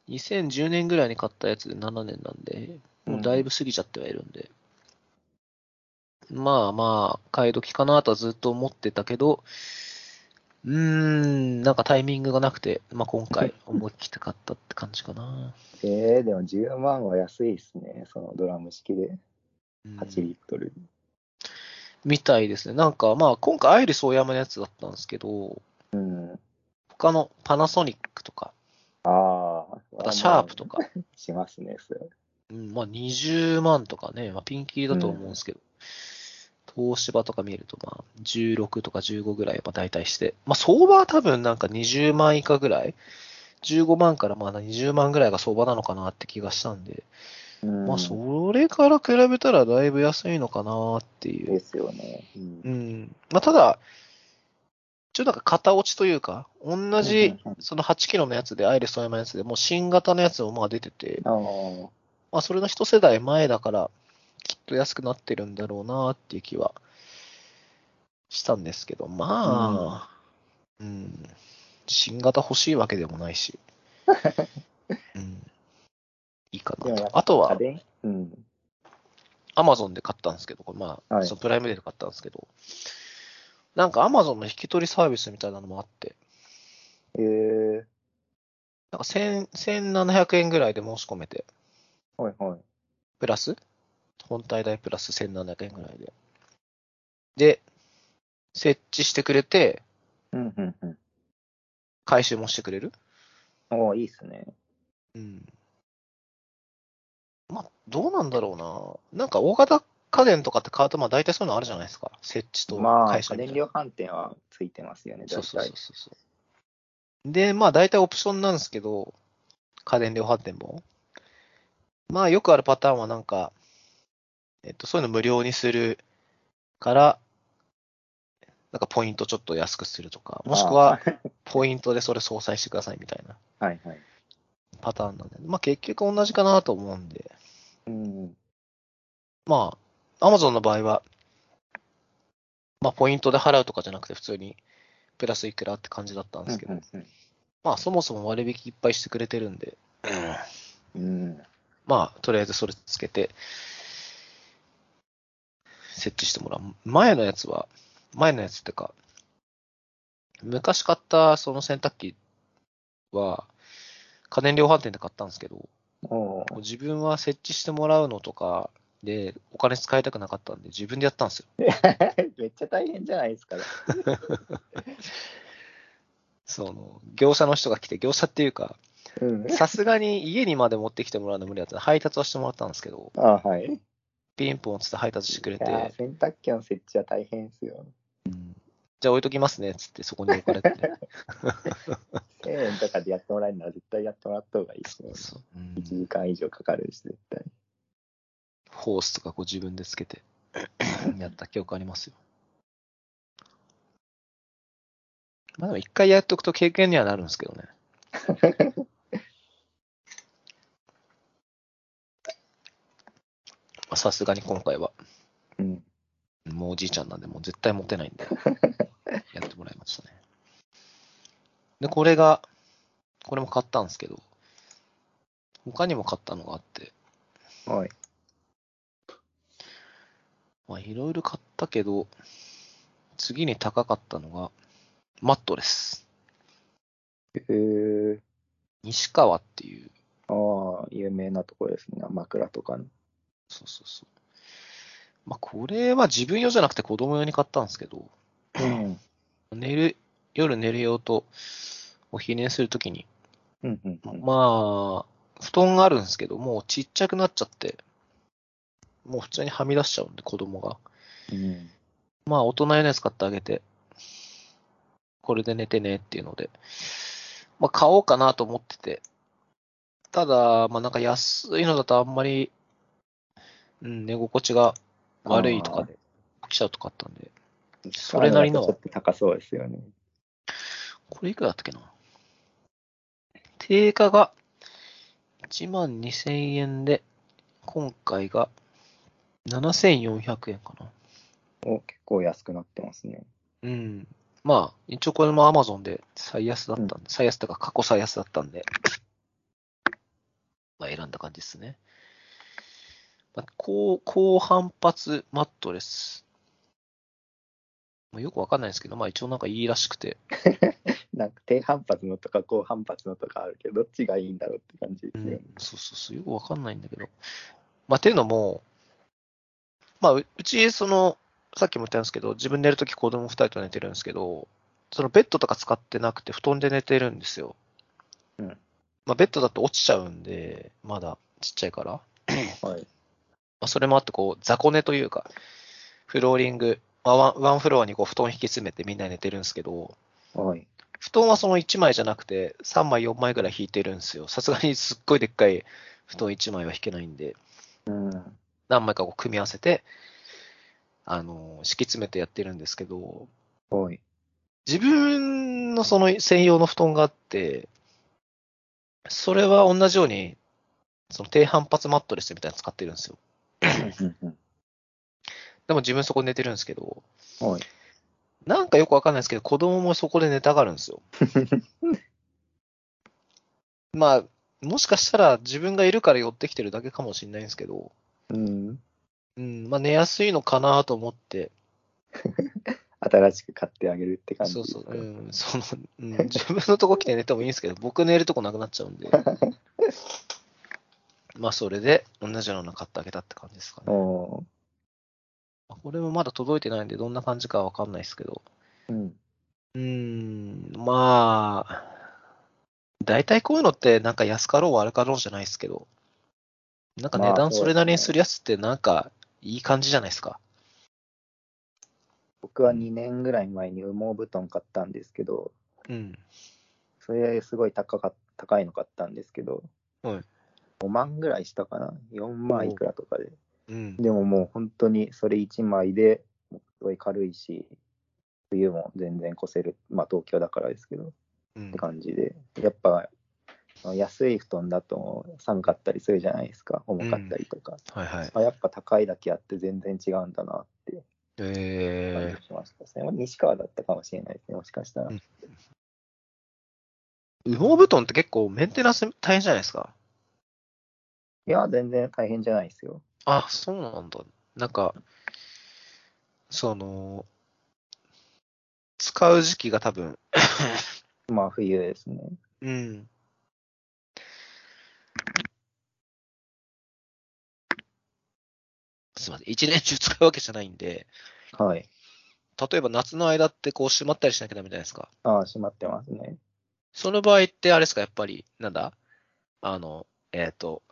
Speaker 1: 2010年ぐらいに買ったやつで7年なんで、もうだいぶ過ぎちゃってはいるんで、まあまあ、買い時かなとはずっと思ってたけど、うーん、なんかタイミングがなくて、まあ今 回思い切って買ったって感じかな。
Speaker 2: えー、でも10万は安いですね。そのドラム式で
Speaker 1: うん
Speaker 2: 8リットル。
Speaker 1: みたいですね。なんかまあ今回アイリスオーヤマのやつだったんですけど、
Speaker 2: うん。
Speaker 1: 他のパナソニックとか、
Speaker 2: あ
Speaker 1: ま
Speaker 2: あ、
Speaker 1: たシャープとか、
Speaker 2: しますね、それ。
Speaker 1: うん、まあ20万とかね、まあ、ピンキリだと思うんですけど、東芝とか見ると、まあ16とか15ぐらい、まあ大体して、まあ相場は多分なんか20万以下ぐらい、15万からまあ20万ぐらいが相場なのかなって気がしたんで、
Speaker 2: うん
Speaker 1: まあそれから比べたらだいぶ安いのかなっていう
Speaker 2: で。すよね。うん
Speaker 1: うん。まあただ、ちょっとなんか型落ちというか、同じ
Speaker 2: うんうんうん
Speaker 1: その8キロのやつで、アイレスオーヤマのやつでもう新型のやつもまあ出てて、
Speaker 2: ああ、
Speaker 1: まあ、それの一世代前だから、きっと安くなってるんだろうなっていう気はしたんですけど、まあ、うん、新型欲しいわけでもない し、うん、いいか
Speaker 2: で
Speaker 1: な
Speaker 2: もやっ
Speaker 1: と。
Speaker 2: ぱ
Speaker 1: あと
Speaker 2: 家
Speaker 1: は、
Speaker 2: 電うん。
Speaker 1: アマゾンで買ったんですけど、これまあ、
Speaker 2: はい
Speaker 1: そのプライムデーで買ったんですけど、なんかアマゾンの引き取りサービスみたいなのもあって、
Speaker 2: えー、
Speaker 1: なんか1000 1700円ぐらいで申し込めて、
Speaker 2: はいはい。
Speaker 1: プラス本体代プラス1700円ぐらいで。で、設置してくれて、
Speaker 2: うんうんうん。
Speaker 1: 回収もしてくれる
Speaker 2: おおいいっすね。
Speaker 1: うん。まあ、どうなんだろうな。なんか大型家電とかって買うと、まあ大体そういうのあるじゃないですか。設置と
Speaker 2: まあ、
Speaker 1: 会社
Speaker 2: 家
Speaker 1: みたいな
Speaker 2: 電量販店はついてますよね、
Speaker 1: そう
Speaker 2: 大
Speaker 1: そう
Speaker 2: 体
Speaker 1: そう。そうそう。で、まあ大体オプションなんですけど、家電量販店も。まあよくあるパターンはなんか、えっと、そういうの無料にするから、なんかポイントちょっと安くするとか、もしくはポイントでそれ相殺してくださいみたいな
Speaker 2: はいはい。
Speaker 1: パターンなんで、まあ結局同じかなと思うんで、
Speaker 2: うん。
Speaker 1: まあ、アマゾンの場合は、まあポイントで払うとかじゃなくて普通にプラスいくらって感じだったんですけど、
Speaker 2: うん
Speaker 1: まあそもそも割引いっぱいしてくれてるんで、
Speaker 2: うん。うん
Speaker 1: まあとりあえずそれつけて、設置してもらう。前のやつは、前のやつってか、昔買ったその洗濯機は、家電量販店で買ったんですけど、
Speaker 2: おー
Speaker 1: 自分は設置してもらうのとかでお金使いたくなかったんで自分でやったんですよ。
Speaker 2: めっちゃ大変じゃないですか。
Speaker 1: その、業者の人が来て、業者っていうか、
Speaker 2: うん。
Speaker 1: さすがに家にまで持ってきてもらうの無理だったんで配達はしてもらったんですけど、
Speaker 2: あはい。い
Speaker 1: ピンポンつって配達してくれて、
Speaker 2: やー洗濯機の設置は大変ですよ。
Speaker 1: じゃあ置いときますね、つってそこに置かれて。
Speaker 2: 1000円とかでやってもらえるなら絶対やってもらった方がいいですね。
Speaker 1: そう
Speaker 2: 1時間以上かかるし、絶対。
Speaker 1: ホースとかこう自分でつけ て、やった記憶ありますよ。まあでも一回やっとくと経験にはなるんですけど ね。まあさすがに今回は
Speaker 2: うん。
Speaker 1: もうおじいちゃんなんで、もう絶対モテないんで、やってもらいましたね。で、これが、これも買ったんですけど、他にも買ったのがあって、
Speaker 2: はい。
Speaker 1: まあ、いろいろ買ったけど、次に高かったのが、マットレス。
Speaker 2: えー、
Speaker 1: 西川っていう、
Speaker 2: ああ、有名なところですね。枕とかの。
Speaker 1: そうそうそう。まあ、これは自分用じゃなくて子供用に買ったんですけど、
Speaker 2: うん。
Speaker 1: 寝る、夜寝る用と、お昼寝するときに、
Speaker 2: うんうんうん。
Speaker 1: まあ、布団があるんですけど、もうちっちゃくなっちゃって、もう普通にはみ出しちゃうんで、子供が。
Speaker 2: うん
Speaker 1: まあ、大人用のやつ買ってあげて、これで寝てねっていうので、まあ、買おうかなと思ってて、ただ、まあ、なんか安いのだとあんまり、うん、寝心地が悪いとか、起きちゃうとかあったんで、それなりの
Speaker 2: あーちょっと高そうですよね。
Speaker 1: これいくらだったっけな定価が1万2000円で、今回が7400円かな。
Speaker 2: お結構安くなってますね。
Speaker 1: うん。まあ、一応これも Amazon で最安だったんで、最安とか過去最安だったんで、まあ選んだ感じですね。まあ、高、高反発マットレス。まあ、よくわかんないですけど、まあ一応なんかいいらしくて、
Speaker 2: なんか低反発のとか高反発のとかあるけど、どっちがいいんだろうって感じですよね。
Speaker 1: そうそうそう、よくわかんないんだけど。まあ、ていうのも、まあ、ううち、その、さっきも言ったんですけど、自分寝るとき子供二人と寝てるんですけど、そのベッドとか使ってなくて布団で寝てるんですよ。
Speaker 2: うん
Speaker 1: まあ、ベッドだと落ちちゃうんで、まだちっちゃいから。ま
Speaker 2: はい。
Speaker 1: あ、それもあって、こう、雑魚寝というか、フローリング、まあ、ワンワンフロアにこう布団引き詰めてみんな寝てるんですけど、
Speaker 2: はい。
Speaker 1: 布団はその1枚じゃなくて、3枚、4枚ぐらい引いてるんですよ。さすがにすっごいでっかい布団1枚は引けないんで、
Speaker 2: うん。
Speaker 1: 何枚かこう組み合わせて、あの、敷き詰めてやってるんですけど、
Speaker 2: はい。
Speaker 1: 自分のその専用の布団があって、それは同じように、その低反発マットレスみたいなの使ってるんですよ。
Speaker 2: うんうん
Speaker 1: でも自分そこで寝てるんですけど、
Speaker 2: うんはい。
Speaker 1: なんかよくわかんないですけど、子供もそこで寝たがるんです よ。まあ、もしかしたら自分がいるから寄ってきてるだけかもしれないんですけど、
Speaker 2: うん。
Speaker 1: うん、まあ寝やすいのかなと思って、
Speaker 2: 新しく買ってあげるって感じ
Speaker 1: そう
Speaker 2: です
Speaker 1: そう、
Speaker 2: か
Speaker 1: うん、その、うん、自分のとこ来て寝てもいいんですけど、 僕寝るとこなくなっちゃうん で、まあそれで同じようなの買ってあげたって感じですかね。
Speaker 2: お
Speaker 1: これもまだ届いてないんで、どんな感じかわかんないですけど、
Speaker 2: ーうん。
Speaker 1: うーん、まあ、大体こういうのって、なんか安かろう悪かろうじゃないですけど、なんか
Speaker 2: まあ
Speaker 1: 値段それなりに
Speaker 2: そ
Speaker 1: す
Speaker 2: うですね
Speaker 1: るやつって、なんかいい感じじゃないですか。
Speaker 2: 僕は2年ぐらい前に羽毛布団買ったんですけど、
Speaker 1: うん。
Speaker 2: それすごい高か高いの買ったんですけど、
Speaker 1: はい
Speaker 2: 5万ぐらいしたかな、4万いくらとかで。
Speaker 1: うん。
Speaker 2: でももう本当にそれ1枚で、もうすごい軽いし、冬も全然越せる、まあ東京だからですけど、っ
Speaker 1: うん
Speaker 2: て感じで、やっぱ安い布団だと寒かったりするじゃないですか、重かったりとか。
Speaker 1: はいはい。
Speaker 2: あやっぱ高いだけあって全然違うんだなって感
Speaker 1: え
Speaker 2: じしました。それも西川だったかもしれないですね、もしかしたら。
Speaker 1: うんー、羽毛布団って結構メンテナンス大変じゃないですか。
Speaker 2: いや、全然大変じゃないですよ。
Speaker 1: あ、そうなんだ。なんか、その、使う時期が多分、
Speaker 2: まあ冬ですね。
Speaker 1: うん。すいません。一年中使うわけじゃないんで、
Speaker 2: はい。
Speaker 1: 例えば夏の間ってこう閉まったりしなきゃダメじゃないですか。
Speaker 2: ああ、閉まってますね。
Speaker 1: その場合ってあれですか、やっぱり、なんだあの、えっ、と、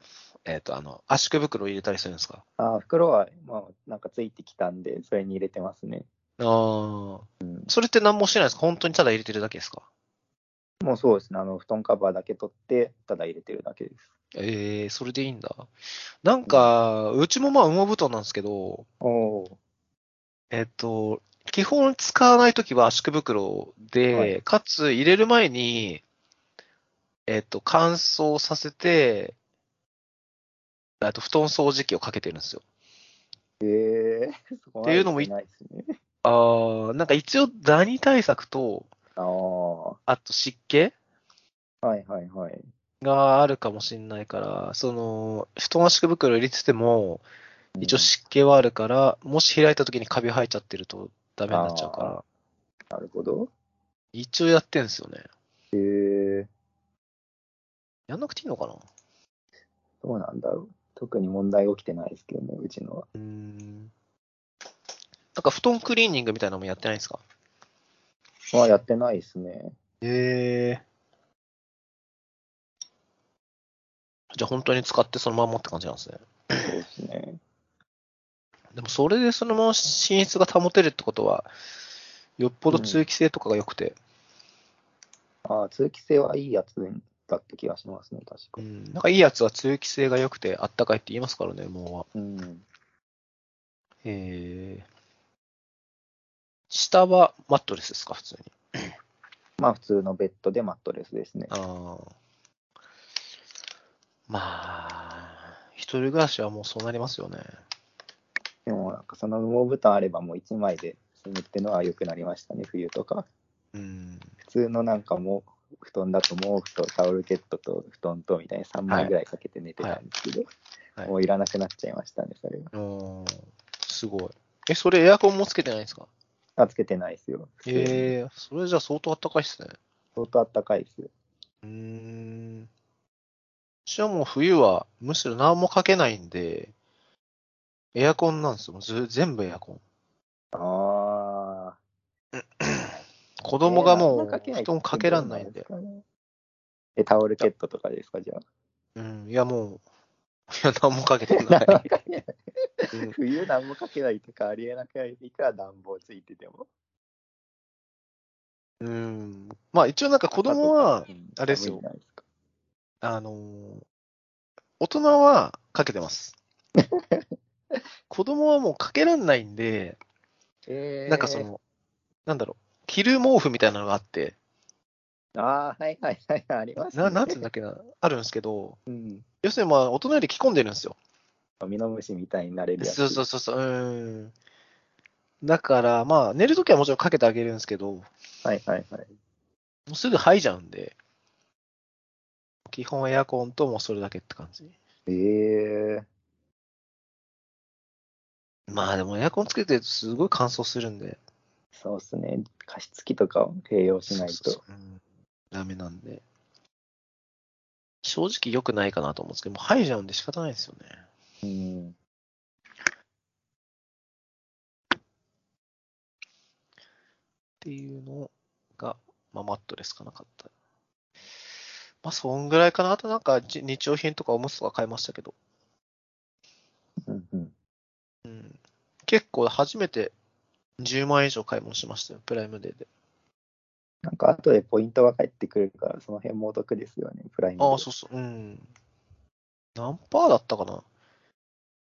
Speaker 1: えっ、と、あの、圧縮袋を入れたりするんですか
Speaker 2: ああ、袋は、まあ、なんかついてきたんで、それに入れてますね。
Speaker 1: ああ。それって何もしてないですか本当にただ入れてるだけですか
Speaker 2: もうそうですね。あの、布団カバーだけ取って、ただ入れてるだけです。
Speaker 1: ええそれでいいんだ。なんか、うちもまあ羽毛布団なんですけど、
Speaker 2: おお
Speaker 1: えっと、基本使わないときは圧縮袋で、
Speaker 2: はい
Speaker 1: かつ入れる前に、えっと、乾燥させて、あと布団掃除機をかけてるんですよ。
Speaker 2: ー。ええー、そこまで
Speaker 1: っていうのもい
Speaker 2: してないですね。
Speaker 1: ああ、なんか一応ダニ対策と、
Speaker 2: ああ、は
Speaker 1: あと湿気
Speaker 2: いはいはい。
Speaker 1: があるかもしれないから、その、布団圧縮袋入れてても、一応湿気はあるから、もし開いた時にカビ生えちゃってるとダメになっちゃうか
Speaker 2: あ
Speaker 1: ら、
Speaker 2: なるほど。
Speaker 1: 一応やってんすよね。
Speaker 2: ええー、
Speaker 1: やんなくていいのかな
Speaker 2: どうなんだろう。特に問題起きてないですけどね、うちのは。
Speaker 1: うーん。なんか布団クリーニングみたいなのもやってないんですか
Speaker 2: まあ、やってないですね。
Speaker 1: へえ。じゃあ本当に使ってそのまんまって感じなんですね。
Speaker 2: そうですね。
Speaker 1: でもそれでそのまま寝室が保てるってことは、よっぽど通気性とかが良くて、
Speaker 2: ああ、通気性はいいやつだった気がしますね、確か
Speaker 1: う。ん、なんかいいやつは通気性が良くてあったかいって言いますからね、もうは。
Speaker 2: うん。
Speaker 1: えー、下はマットレスですか、普通に。
Speaker 2: まあ、普通のベッドでマットレスですね。
Speaker 1: ああ。まあ、一人暮らしはもうそうなりますよね。
Speaker 2: でも、なんかその羽毛布団あればもう1枚で済むってのは良くなりましたね、冬とか。
Speaker 1: うん。
Speaker 2: 普毛のなんかもう布団だと毛布とタオルケットと布団とみたいな3枚ぐらいかけて寝てたんですけど、
Speaker 1: はい
Speaker 2: もういらなくなっちゃいましたね、それは。
Speaker 1: おーすごい。え、それエアコンもつけてないんですか
Speaker 2: あ、つけてないですよ。普通に
Speaker 1: ええー、それじゃ相当暖かいっすね。
Speaker 2: 相当あったかいですよ。
Speaker 1: うーん。私はもう冬はむしろ何もかけないんで、エアコンなんですよ。もうず全部エア コン。
Speaker 2: ああ。
Speaker 1: 子供がも
Speaker 2: えーなん
Speaker 1: う
Speaker 2: か
Speaker 1: 布団かけらんないんで。。
Speaker 2: え、タオルケットとかですか、じゃ
Speaker 1: うん、いやもう、いや、何もかけてな
Speaker 2: あ
Speaker 1: い。。うん
Speaker 2: 冬何もかけないとかありえなくないから暖房ついてても。
Speaker 1: うん。まあ一応なんか子供は
Speaker 2: う、ん
Speaker 1: あれですよ
Speaker 2: 寒いじゃないですか
Speaker 1: あのー大人はかけて ます。子供はもうかけらんないんで、
Speaker 2: えー、
Speaker 1: なんかその、なんだろう、着る毛布みたいなのがあって、
Speaker 2: ああ、はいはいはい、あります、ね。
Speaker 1: ななんていうんだっけな、あるんですけど、
Speaker 2: うん
Speaker 1: 要するにまあ大人より着込んでるんですよ。
Speaker 2: ミノムシみたいになれるやつ。
Speaker 1: そうそうそうそう、うん。だからまあ寝るときはもちろんかけてあげるんですけど、も
Speaker 2: はいはいはい。
Speaker 1: うすぐ吐いちゃうんで、基本エアコンともうそれだけって感じ。
Speaker 2: ええ
Speaker 1: まあでもエアコンつけてるとすごい乾燥するんで。
Speaker 2: そうですね。加湿器とかを併用しない
Speaker 1: そうそう
Speaker 2: と。
Speaker 1: そううんダメなんで。正直良くないかなと思うんですけど、もう入っちゃうんで仕方ないですよね。
Speaker 2: うん
Speaker 1: っていうのが、まあ、マットレスかなかった。まあ、そんぐらいかな。あとなんか、じ日用品とかおむつとか買いましたけど。
Speaker 2: うんうん。
Speaker 1: うん。結構、初めて10万円以上買い物しましたよ。プライムデーで。
Speaker 2: なんか後でポイントが返ってくるから、その辺もお得ですよね、プライムで。
Speaker 1: ああ、そうそう。うん。何パーだったかな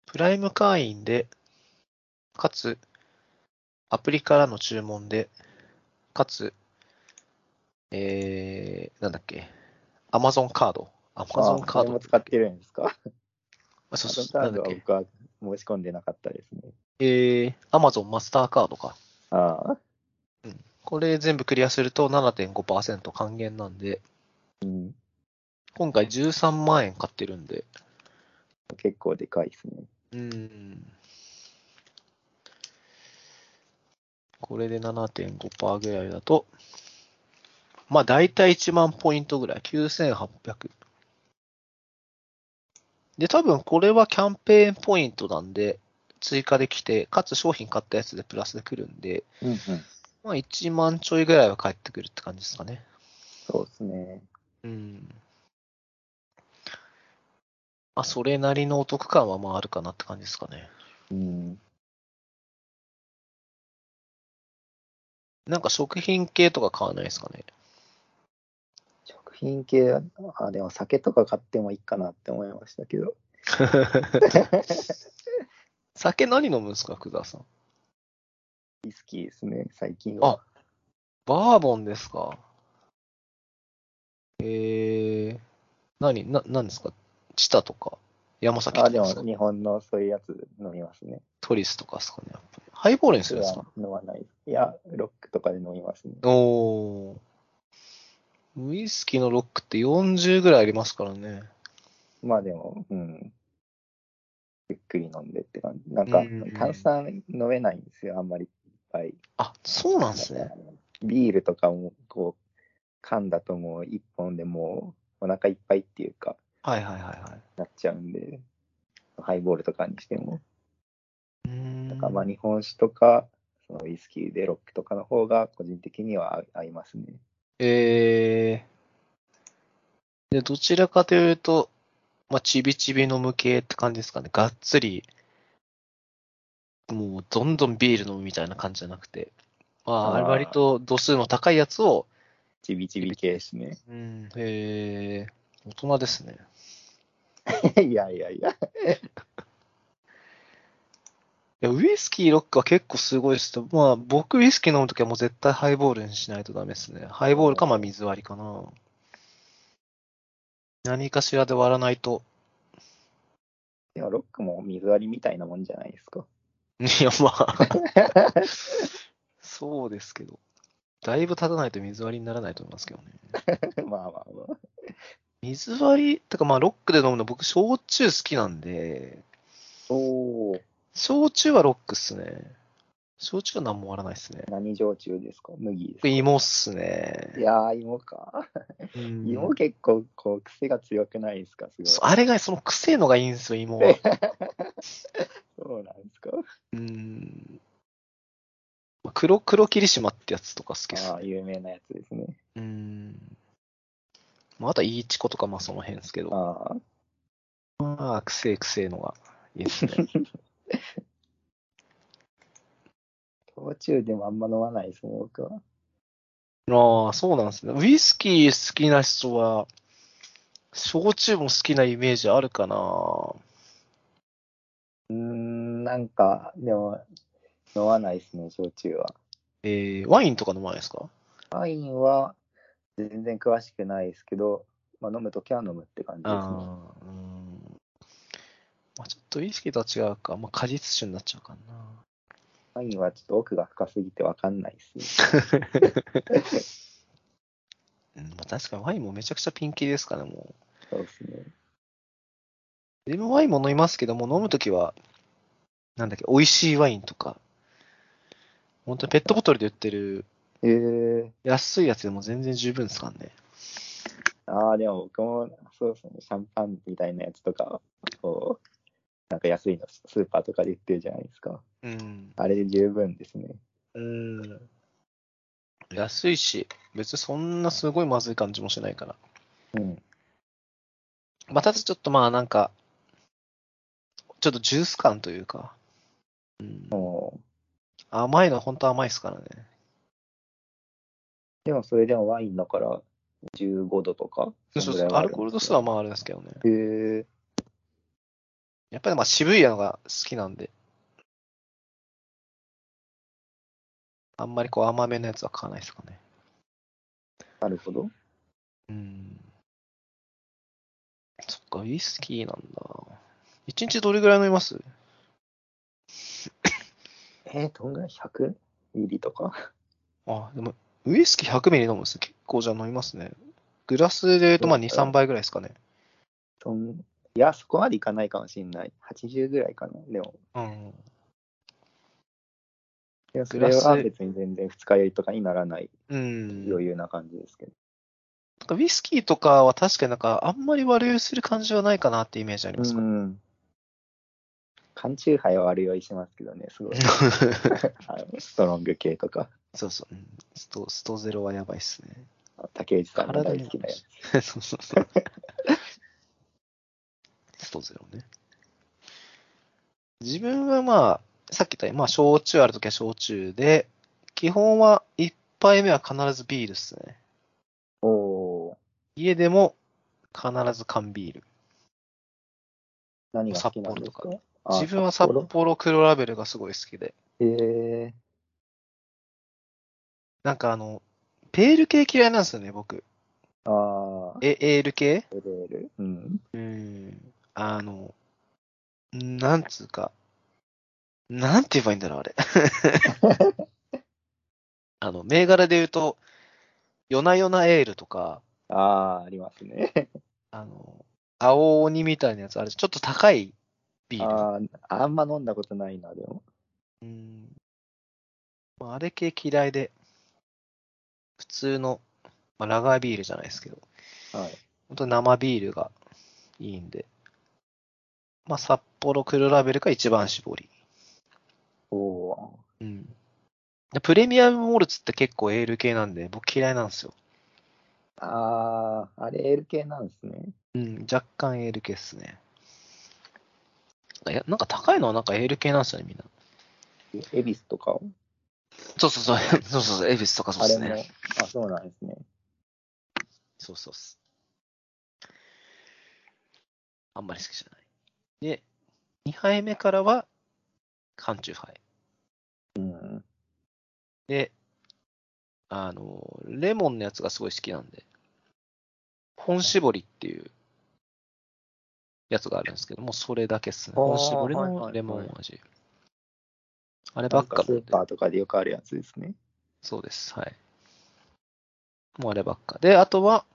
Speaker 1: プライム会員で、かつ、アプリからの注文で、かつ、えー、なんだっけ、アマゾンカード。ア
Speaker 2: あ
Speaker 1: マゾンカー
Speaker 2: それ
Speaker 1: ド
Speaker 2: も。使ってるんですか。
Speaker 1: あそう
Speaker 2: ア
Speaker 1: そう、
Speaker 2: ドカ
Speaker 1: な
Speaker 2: ー
Speaker 1: んだっ
Speaker 2: ドは
Speaker 1: け。
Speaker 2: 僕は申し込んでなかったですね。
Speaker 1: えー、アマゾンマスターカードか。
Speaker 2: ああ、
Speaker 1: これ全部クリアすると7.5%還元なんで、
Speaker 2: うん、
Speaker 1: 今回13万円買ってるんで、
Speaker 2: 結構でかいですね。
Speaker 1: うん。これで7.5%ぐらいだと、まあ大体1万ポイントぐらい、9800。で、多分これはキャンペーンポイントなんで、追加できて、かつ商品買ったやつでプラスで来るんで、
Speaker 2: うんうん、
Speaker 1: まあ1万ちょいぐらいは返ってくるって感じですかね。
Speaker 2: そうですね。
Speaker 1: うん。まあそれなりのお得感はまああるかなって感じですかね。
Speaker 2: うん、
Speaker 1: なんか食品系とか買わないですかね。
Speaker 2: 食品系は、あでも酒とか買ってもいいかなって思いましたけど。
Speaker 1: 酒何飲むんですか、福沢さん。
Speaker 2: ウイスキーですね、最近は。
Speaker 1: バーボンですか。えー、何、な、何ですかチタとか、山崎と
Speaker 2: あ
Speaker 1: か
Speaker 2: で
Speaker 1: です
Speaker 2: も
Speaker 1: か
Speaker 2: 日本のそういうやつ飲みますね。
Speaker 1: トリスとかですかね、やっぱり。ハイボールにす
Speaker 2: そ
Speaker 1: るん
Speaker 2: れ
Speaker 1: です
Speaker 2: は
Speaker 1: か
Speaker 2: 飲まない。いや、ロックとかで飲みますね。
Speaker 1: おー。ウイスキーのロックって40ぐらいありますからね。
Speaker 2: まあでも、うん。ゆっくり飲んでって感じ。なんか
Speaker 1: うんうん、
Speaker 2: 炭酸飲めないんですよ、あんまりいっぱい。
Speaker 1: あ、そうなんですね。
Speaker 2: ビールとかも、こう、噛んだともう一本でもうお腹いっぱいっていうか、
Speaker 1: はいはいはいはい
Speaker 2: なっちゃうんで、ハイボールとかにしても。。
Speaker 1: うーん
Speaker 2: だからまあ日本酒とか、そのウイスキーでロックとかの方が個人的には合合いますね。
Speaker 1: えー、で、どちらかというと、まあ、ちびちび飲む系って感じですかね。がっつり、もうどんどんビール飲むみたいな感じじゃなくて、まあ、
Speaker 2: あー
Speaker 1: 割と度数の高いやつを、
Speaker 2: ちびちび系ですね。
Speaker 1: うん、えー、大人ですね。
Speaker 2: いやいやいや。
Speaker 1: いや、ウイスキーロックは結構すごいです。まあ、僕ウイスキー飲むときはもう絶対ハイボールにしないとダメですね。ハイボールか、まあ水割りかな。何かしらで割らないと。
Speaker 2: でもロックも水割りみたいなもんじゃないですか。
Speaker 1: いや、まあ。そうですけど。だいぶ経たないと水割りにならないと思いますけどね。
Speaker 2: まあまあまあ。
Speaker 1: 水割り、てかまあロックで飲むの僕、焼酎好きなんで、
Speaker 2: おお。
Speaker 1: 焼酎はロックっすね。焼酎は何も割らないっすね。
Speaker 2: 何焼酎ですか麦です
Speaker 1: 僕、
Speaker 2: か
Speaker 1: 芋っす
Speaker 2: い
Speaker 1: ね。
Speaker 2: やー、芋か。
Speaker 1: うん
Speaker 2: 芋結構、こう、癖が強くないですかすごい。
Speaker 1: そうあれが、その癖のがいいんですよ、芋は。
Speaker 2: そうなんですか
Speaker 1: うん。まあ黒、黒霧島ってやつとか好きっす
Speaker 2: ああ、有名なやつですね。
Speaker 1: うん。まあ、あとはイーチコとか、まあその辺ですけど。
Speaker 2: ああ、
Speaker 1: まあ、くせえくせえのがいいですね。
Speaker 2: 焼酎でもあんま飲まないですね、僕は。
Speaker 1: ああ、そうなんですね。ウイスキー好きな人は、焼酎も好きなイメージあるかな。
Speaker 2: うーん、なんか、でも、飲まないですね、焼酎は。
Speaker 1: えー、ワインとか飲まないですか
Speaker 2: ワインは、全然詳しくないですけど、まあ、飲むときは飲むって感じですね。
Speaker 1: ああ、うん。まあ、ちょっとウイスキーとは違うか。まあ、果実酒になっちゃうかな。
Speaker 2: ワインはちょっと奥が深すぎてわかんないですね。
Speaker 1: うん、まあ、確かにワインもめちゃくちゃピンキリですから、も
Speaker 2: そうですね。
Speaker 1: う。自分ワインも飲みますけども、飲むときは、なんだっけ、美味しいワインとか、本当にペットボトルで売ってる
Speaker 2: えー、
Speaker 1: 安いやつでも全然十分ですからね。
Speaker 2: ああ、でも僕も、そうですね、シャンパンみたいなやつとか、こう、なんか安いの、スーパーとかで売ってるじゃないですか。
Speaker 1: うん。
Speaker 2: あれで十分ですね。
Speaker 1: うん。安いし、別にそんなすごいまずい感じもしないから。
Speaker 2: うん。
Speaker 1: まあ、ただちょっとまあなんか、ちょっとジュース感というか、うん、
Speaker 2: もう
Speaker 1: 甘いのは本当甘いですからね。
Speaker 2: でもそれでもワインだから15度とか。
Speaker 1: そう
Speaker 2: の
Speaker 1: そ
Speaker 2: ぐ
Speaker 1: う
Speaker 2: らいは
Speaker 1: ア
Speaker 2: ある
Speaker 1: ル
Speaker 2: んですよ
Speaker 1: コール度数はまああれですけどね。
Speaker 2: へえ
Speaker 1: やっぱりまあ渋いのが好きなんで。あんまりこう甘めのやつは買わないですかね。
Speaker 2: なるほど。
Speaker 1: うん。そっか、ウイスキーなんだ。一日どれぐらい飲みます
Speaker 2: えー、どんぐらい ?100 ミリとか
Speaker 1: あ、でも、ウイスキー100ミリ飲むんですね。結構じゃあ飲みますね。グラスで言うとまあ2、3倍ぐらいですかね。
Speaker 2: そんいや、そこまでいかないかもしれない。80ぐらいかな。でも、
Speaker 1: うん。
Speaker 2: いやそ
Speaker 1: グ
Speaker 2: れ
Speaker 1: ラス
Speaker 2: は別に全然二日酔いとかにならない
Speaker 1: うん。
Speaker 2: 余裕な感じですけど。
Speaker 1: なんかウイスキーとかは確かになんかあんまり悪酔いする感じはないかなってイメージあります か、
Speaker 2: うん。缶チューハイは悪酔いしますけどね、すごい。あのストロング系とか、
Speaker 1: そうそう。うんスト、ストゼロはやばいっすね。
Speaker 2: 竹内さんの大好 きなやつ。
Speaker 1: そうそうそう。ストゼロね。自分はまあ、さっき言ったように、まあ、焼酎あるときは焼酎で、基本は1杯目は必ずビールっすね。
Speaker 2: おお
Speaker 1: 家でも必ず缶ビール。
Speaker 2: ー、何が好きなんです
Speaker 1: 札
Speaker 2: か
Speaker 1: 幌
Speaker 2: あ
Speaker 1: 自分は札幌黒ラベルがすごい好きで。
Speaker 2: へえ
Speaker 1: なんかあの、ペール系嫌いなんですよね、僕。
Speaker 2: ー、ああ、
Speaker 1: え、エール系
Speaker 2: エレール。うん。
Speaker 1: うん。あの、なんつうか、なんて言えばいいんだろう、あ れ。あの、銘柄で言うと、夜な夜なエールとか、
Speaker 2: ああ、ありますね。
Speaker 1: あの、青鬼みたいなやつ、あれ、ちょっと高いビール。
Speaker 2: あーあんま飲んだことないな、でも。
Speaker 1: うん。まああれ系嫌いで、普通の、まあ、ラガービールじゃないですけど、
Speaker 2: はい。
Speaker 1: 本当生ビールがいいんで、まあ、札幌黒ラベルが一番搾り。
Speaker 2: おお
Speaker 1: うん。でプレミアムモルツって結構エール系なんで、僕嫌いなんですよ。
Speaker 2: ー。ああ、あれ、エール系なんですね。
Speaker 1: うん、若干エール系っすね。いやなんか高いのはなんかエール系なんですよね、みんな。
Speaker 2: え恵比寿とか
Speaker 1: そうそうそう、 そうそうそう、エビスとかそう
Speaker 2: あ
Speaker 1: っ
Speaker 2: れ
Speaker 1: す
Speaker 2: も
Speaker 1: ね。。
Speaker 2: あ、そうなんですね。
Speaker 1: そうそうっす。あんまり好きじゃない。で、2杯目からは、缶中杯。
Speaker 2: うん。
Speaker 1: で、あの、レモンのやつがすごい好きなんで、本搾りっていうやつがあるんですけども、それだけっすね。
Speaker 2: あー
Speaker 1: 本搾り
Speaker 2: はいはいは
Speaker 1: の
Speaker 2: い
Speaker 1: レモン味。あれば
Speaker 2: な
Speaker 1: っ
Speaker 2: んか
Speaker 1: か
Speaker 2: ス
Speaker 1: なん
Speaker 2: ー
Speaker 1: で
Speaker 2: パーとかでよくあるやつですね。
Speaker 1: そうです。はい。もうあればっか。で、あとは、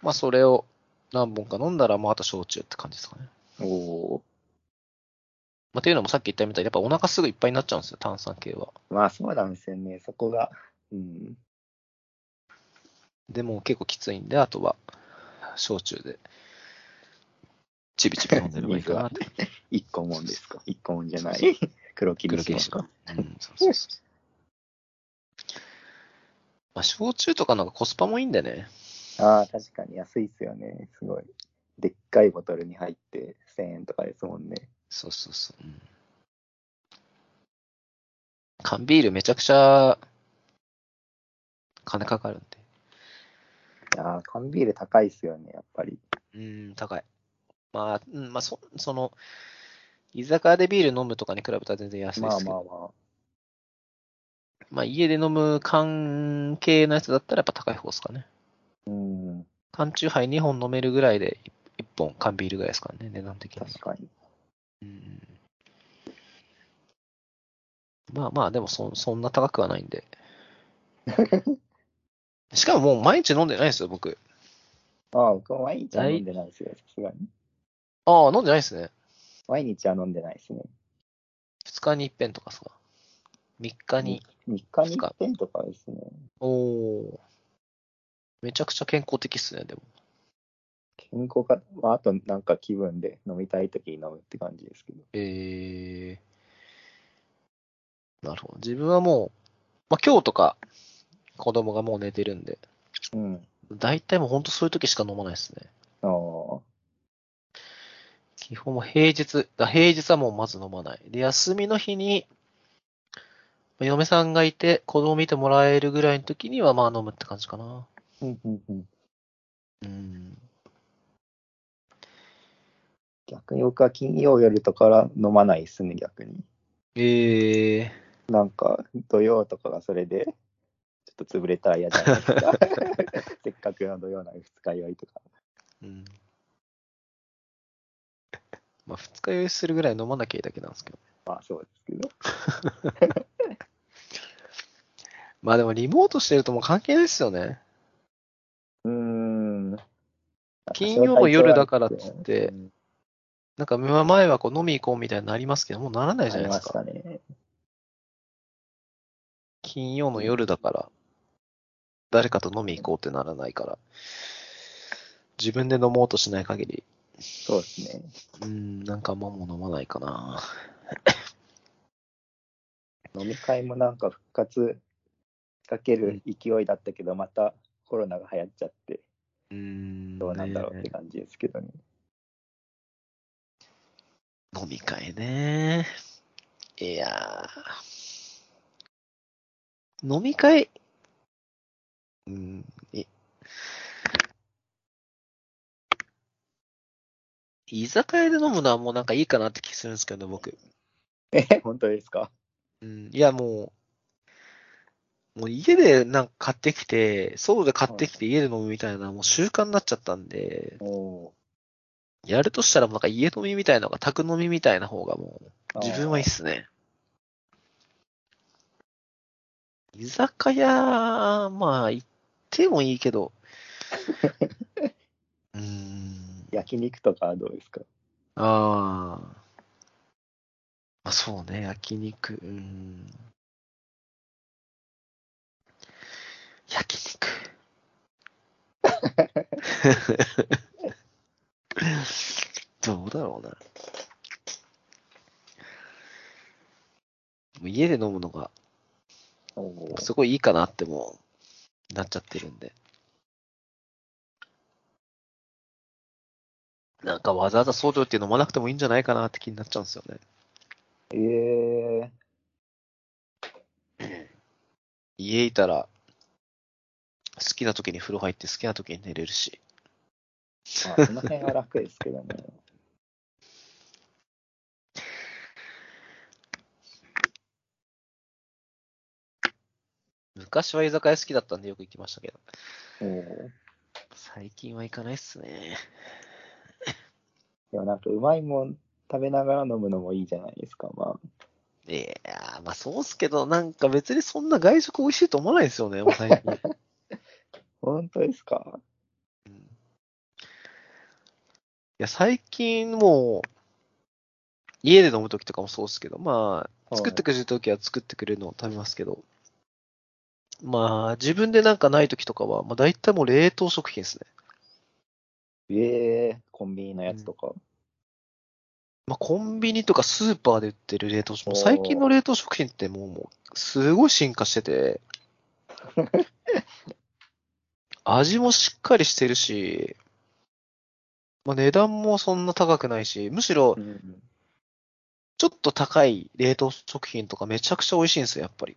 Speaker 1: まあそれを何本か飲んだら、もうあと焼酎って感じですかね。
Speaker 2: おお
Speaker 1: まあ、っていうのもさっき言ったみたいに、やっぱお腹すぐいっぱいになっちゃうんですよ、炭酸系は。
Speaker 2: ー。まあ、そうなんですよね。そこが。うん。
Speaker 1: でもう結構きついんで、あとは、焼酎で、ちびちび飲んでれ ばいいかなって。
Speaker 2: 一個もんですか。一個もんじゃない。黒霧島
Speaker 1: 黒
Speaker 2: か。
Speaker 1: うん、そうそうそう。まあ、焼酎とかなんかコスパもいいんでね。
Speaker 2: ああ、確かに安いっすよね。すごい。でっかいボトルに入って1000円とかですもんね。
Speaker 1: そうそうそう。うん缶ビールめちゃくちゃ、金かかるんで。
Speaker 2: ああ、缶ビール高いっすよね、やっぱり。
Speaker 1: うん、高い。まあ、うん、まあ、そ、その、居酒屋でビール飲むとかに比べたら全然安いで
Speaker 2: まあ
Speaker 1: すけど。
Speaker 2: まあまあ。
Speaker 1: まあ、家で飲む缶系のやつだったらやっぱ高い方ですかね。
Speaker 2: うん。
Speaker 1: 缶チューハイ2本飲めるぐらいで1本缶ビールぐらいですからね、値段的には。
Speaker 2: 確かに。
Speaker 1: うんまあまあ、でもそそんな高くはないんで。 しかももう毎日飲んでないんですよ、僕。
Speaker 2: ああ、僕も毎日は飲んでないですよ、さすがに。
Speaker 1: ああ、飲んでないですね。
Speaker 2: 毎日は飲んでないですね。
Speaker 1: 2日に一遍とかさ。3日に。
Speaker 2: 3日に1点とかですね。
Speaker 1: おお。めちゃくちゃ健康的っすね、でも。
Speaker 2: 健康か、まあ、あとなんか気分で飲みたい時に飲むって感じですけど。
Speaker 1: えー。なるほど。自分はもう、まあ今日とか、子供がもう寝てるんで、
Speaker 2: うん。
Speaker 1: 大体もうほんとそういう時しか飲まないですね。
Speaker 2: お
Speaker 1: 基本も平日、あ平日はもうまず飲まない。で、休みの日に、まあ嫁さんがいて、子供見てもらえるぐらいの時には、まあ飲むって感じかな。
Speaker 2: ー
Speaker 1: うん。
Speaker 2: 逆に僕は金曜夜とかから飲まないですね、逆に。
Speaker 1: ええ
Speaker 2: なんか土曜とかがそれで、ちょっと潰れたら嫌じゃ ないですか。せっかくの土曜なのに二日酔いとか。
Speaker 1: うん。 まあ、二日酔いするぐらい飲まなきゃいいだけなんですけど。
Speaker 2: まあそうですけど。
Speaker 1: まあでもリモートしてるともう関係ないですよね。
Speaker 2: うーん。
Speaker 1: 金曜の夜だからっつっ
Speaker 2: う
Speaker 1: て、
Speaker 2: ん
Speaker 1: なんか前はこう飲み行こうみたいになりますけど、もうならないじ
Speaker 2: あ
Speaker 1: ゃな
Speaker 2: り
Speaker 1: いで
Speaker 2: ますし
Speaker 1: か。
Speaker 2: たね。
Speaker 1: 金曜の夜だから、誰かと飲み行こうってならないから。自分で飲もうとしない限り、
Speaker 2: そうですね。
Speaker 1: うん、なんかあんまもう飲まないかな。
Speaker 2: 飲み会もなんか復活かける勢いだったけど、またコロナが流行っちゃって、
Speaker 1: うん、
Speaker 2: どうなんだろうって
Speaker 1: ね
Speaker 2: 感じですけどね。
Speaker 1: 飲み会ね。いやー。飲み会。うん、い。居酒屋で飲むのはもうなんかいいかなって気するんですけど、僕。
Speaker 2: え、 本当ですか
Speaker 1: うん、いやもう、もう家でなんか買ってきて、外で買ってきて家で飲むみたいなもう習慣になっちゃったんで、
Speaker 2: お
Speaker 1: やるとしたらもうなんか家飲みみたいなのが宅飲みみたいな方がもう自分はいいっすね。居酒屋、まあ、行ってもいいけど。うーん。
Speaker 2: 焼肉とかはどうですか
Speaker 1: あーあ。そうね、焼肉。うーん。焼肉。どうだろうな。もう家で飲むのが
Speaker 2: おお
Speaker 1: すごいいいかなってもう、なっちゃってるんで。なんかわざわざ早朝って飲まなくてもいいんじゃないかなって気になっちゃうんですよね。
Speaker 2: ええ
Speaker 1: 家いたら、好きな時に風呂入って好きな時に寝れるし。
Speaker 2: まあ、その辺は楽です けどね。
Speaker 1: 昔は居酒屋好きだったんでよく行きましたけど、
Speaker 2: おお
Speaker 1: 最近は行かないっすね。
Speaker 2: でもなんかうまいもん食べながら飲むのもいいじゃないですか。まあ、
Speaker 1: いやー、まあそうっすけど、なんか別にそんな外食美味しいと思わないですよね、もう最近。
Speaker 2: 本当ですか
Speaker 1: うんいや、最近もう、家で飲むときとかもそうですけど、まあ、作ってくれるときは作ってくれるのを食べますけど、まあ、自分でなんかないときとかは、まあ大体もう冷凍食品ですね。
Speaker 2: ええコンビニのやつとか。
Speaker 1: まあコンビニとかスーパーで売ってる冷凍食品、最近の冷凍食品ってもう、もうすごい進化してて、味もしっかりしてるし、まあ値段もそんな高くないし、むしろ、
Speaker 2: うん
Speaker 1: ちょっと高い冷凍食品とかめちゃくちゃ美味しいんですよ、やっぱり。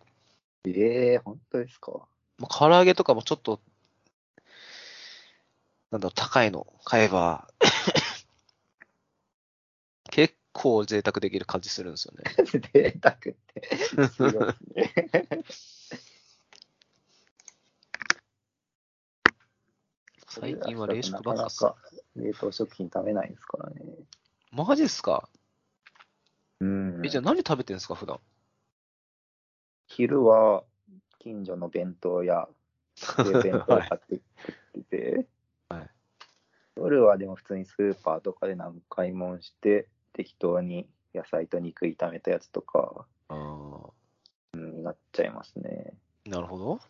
Speaker 2: ええ本当ですか
Speaker 1: まあ、唐揚げとかもちょっと、なんだろう、高いの買えば、 結構贅沢できる感じするんですよね。
Speaker 2: 贅 沢ってすごいですね。
Speaker 1: 最近は冷食ばっかっす
Speaker 2: な。かなか冷凍食品食べないですからね。
Speaker 1: マジですか
Speaker 2: うん
Speaker 1: え、じゃあ何食べてんですか、普段。
Speaker 2: 昼は近所の弁当屋 で弁当を買
Speaker 1: は
Speaker 2: ってきてて、
Speaker 1: はい
Speaker 2: 夜はでも普通にスーパーとかで何買い物して、適当に野菜と肉炒めたやつとか
Speaker 1: あー
Speaker 2: になっちゃいますね。
Speaker 1: なるほど。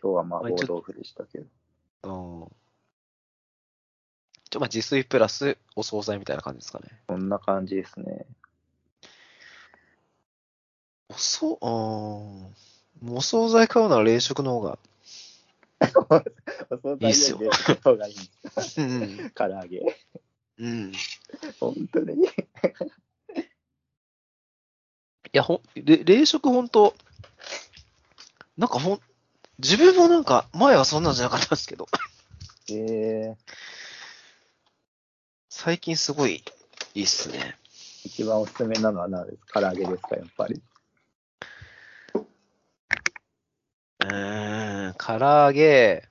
Speaker 2: 今日は麻
Speaker 1: あちょ
Speaker 2: 婆豆腐でしたけど。
Speaker 1: うん。ちょ、まあ、自炊プラスお惣菜みたいな感じですかね。
Speaker 2: そんな感じですね。
Speaker 1: お そ、うーん。もうお惣菜買うなら冷食の方が
Speaker 2: お惣
Speaker 1: いいっすよ
Speaker 2: 菜より冷凍庫がいい。
Speaker 1: うん。
Speaker 2: 唐揚げ。
Speaker 1: うん。い
Speaker 2: 本当に。
Speaker 1: や、ほん、れ冷食ほんと、なんかほん、自分もなんか、前はそんなんじゃなかったんですけど、
Speaker 2: えー、
Speaker 1: 最近すごいいいっすね。
Speaker 2: 一番おすすめなのは何ですか唐揚げですか、やっぱり。
Speaker 1: うーん、唐揚げ。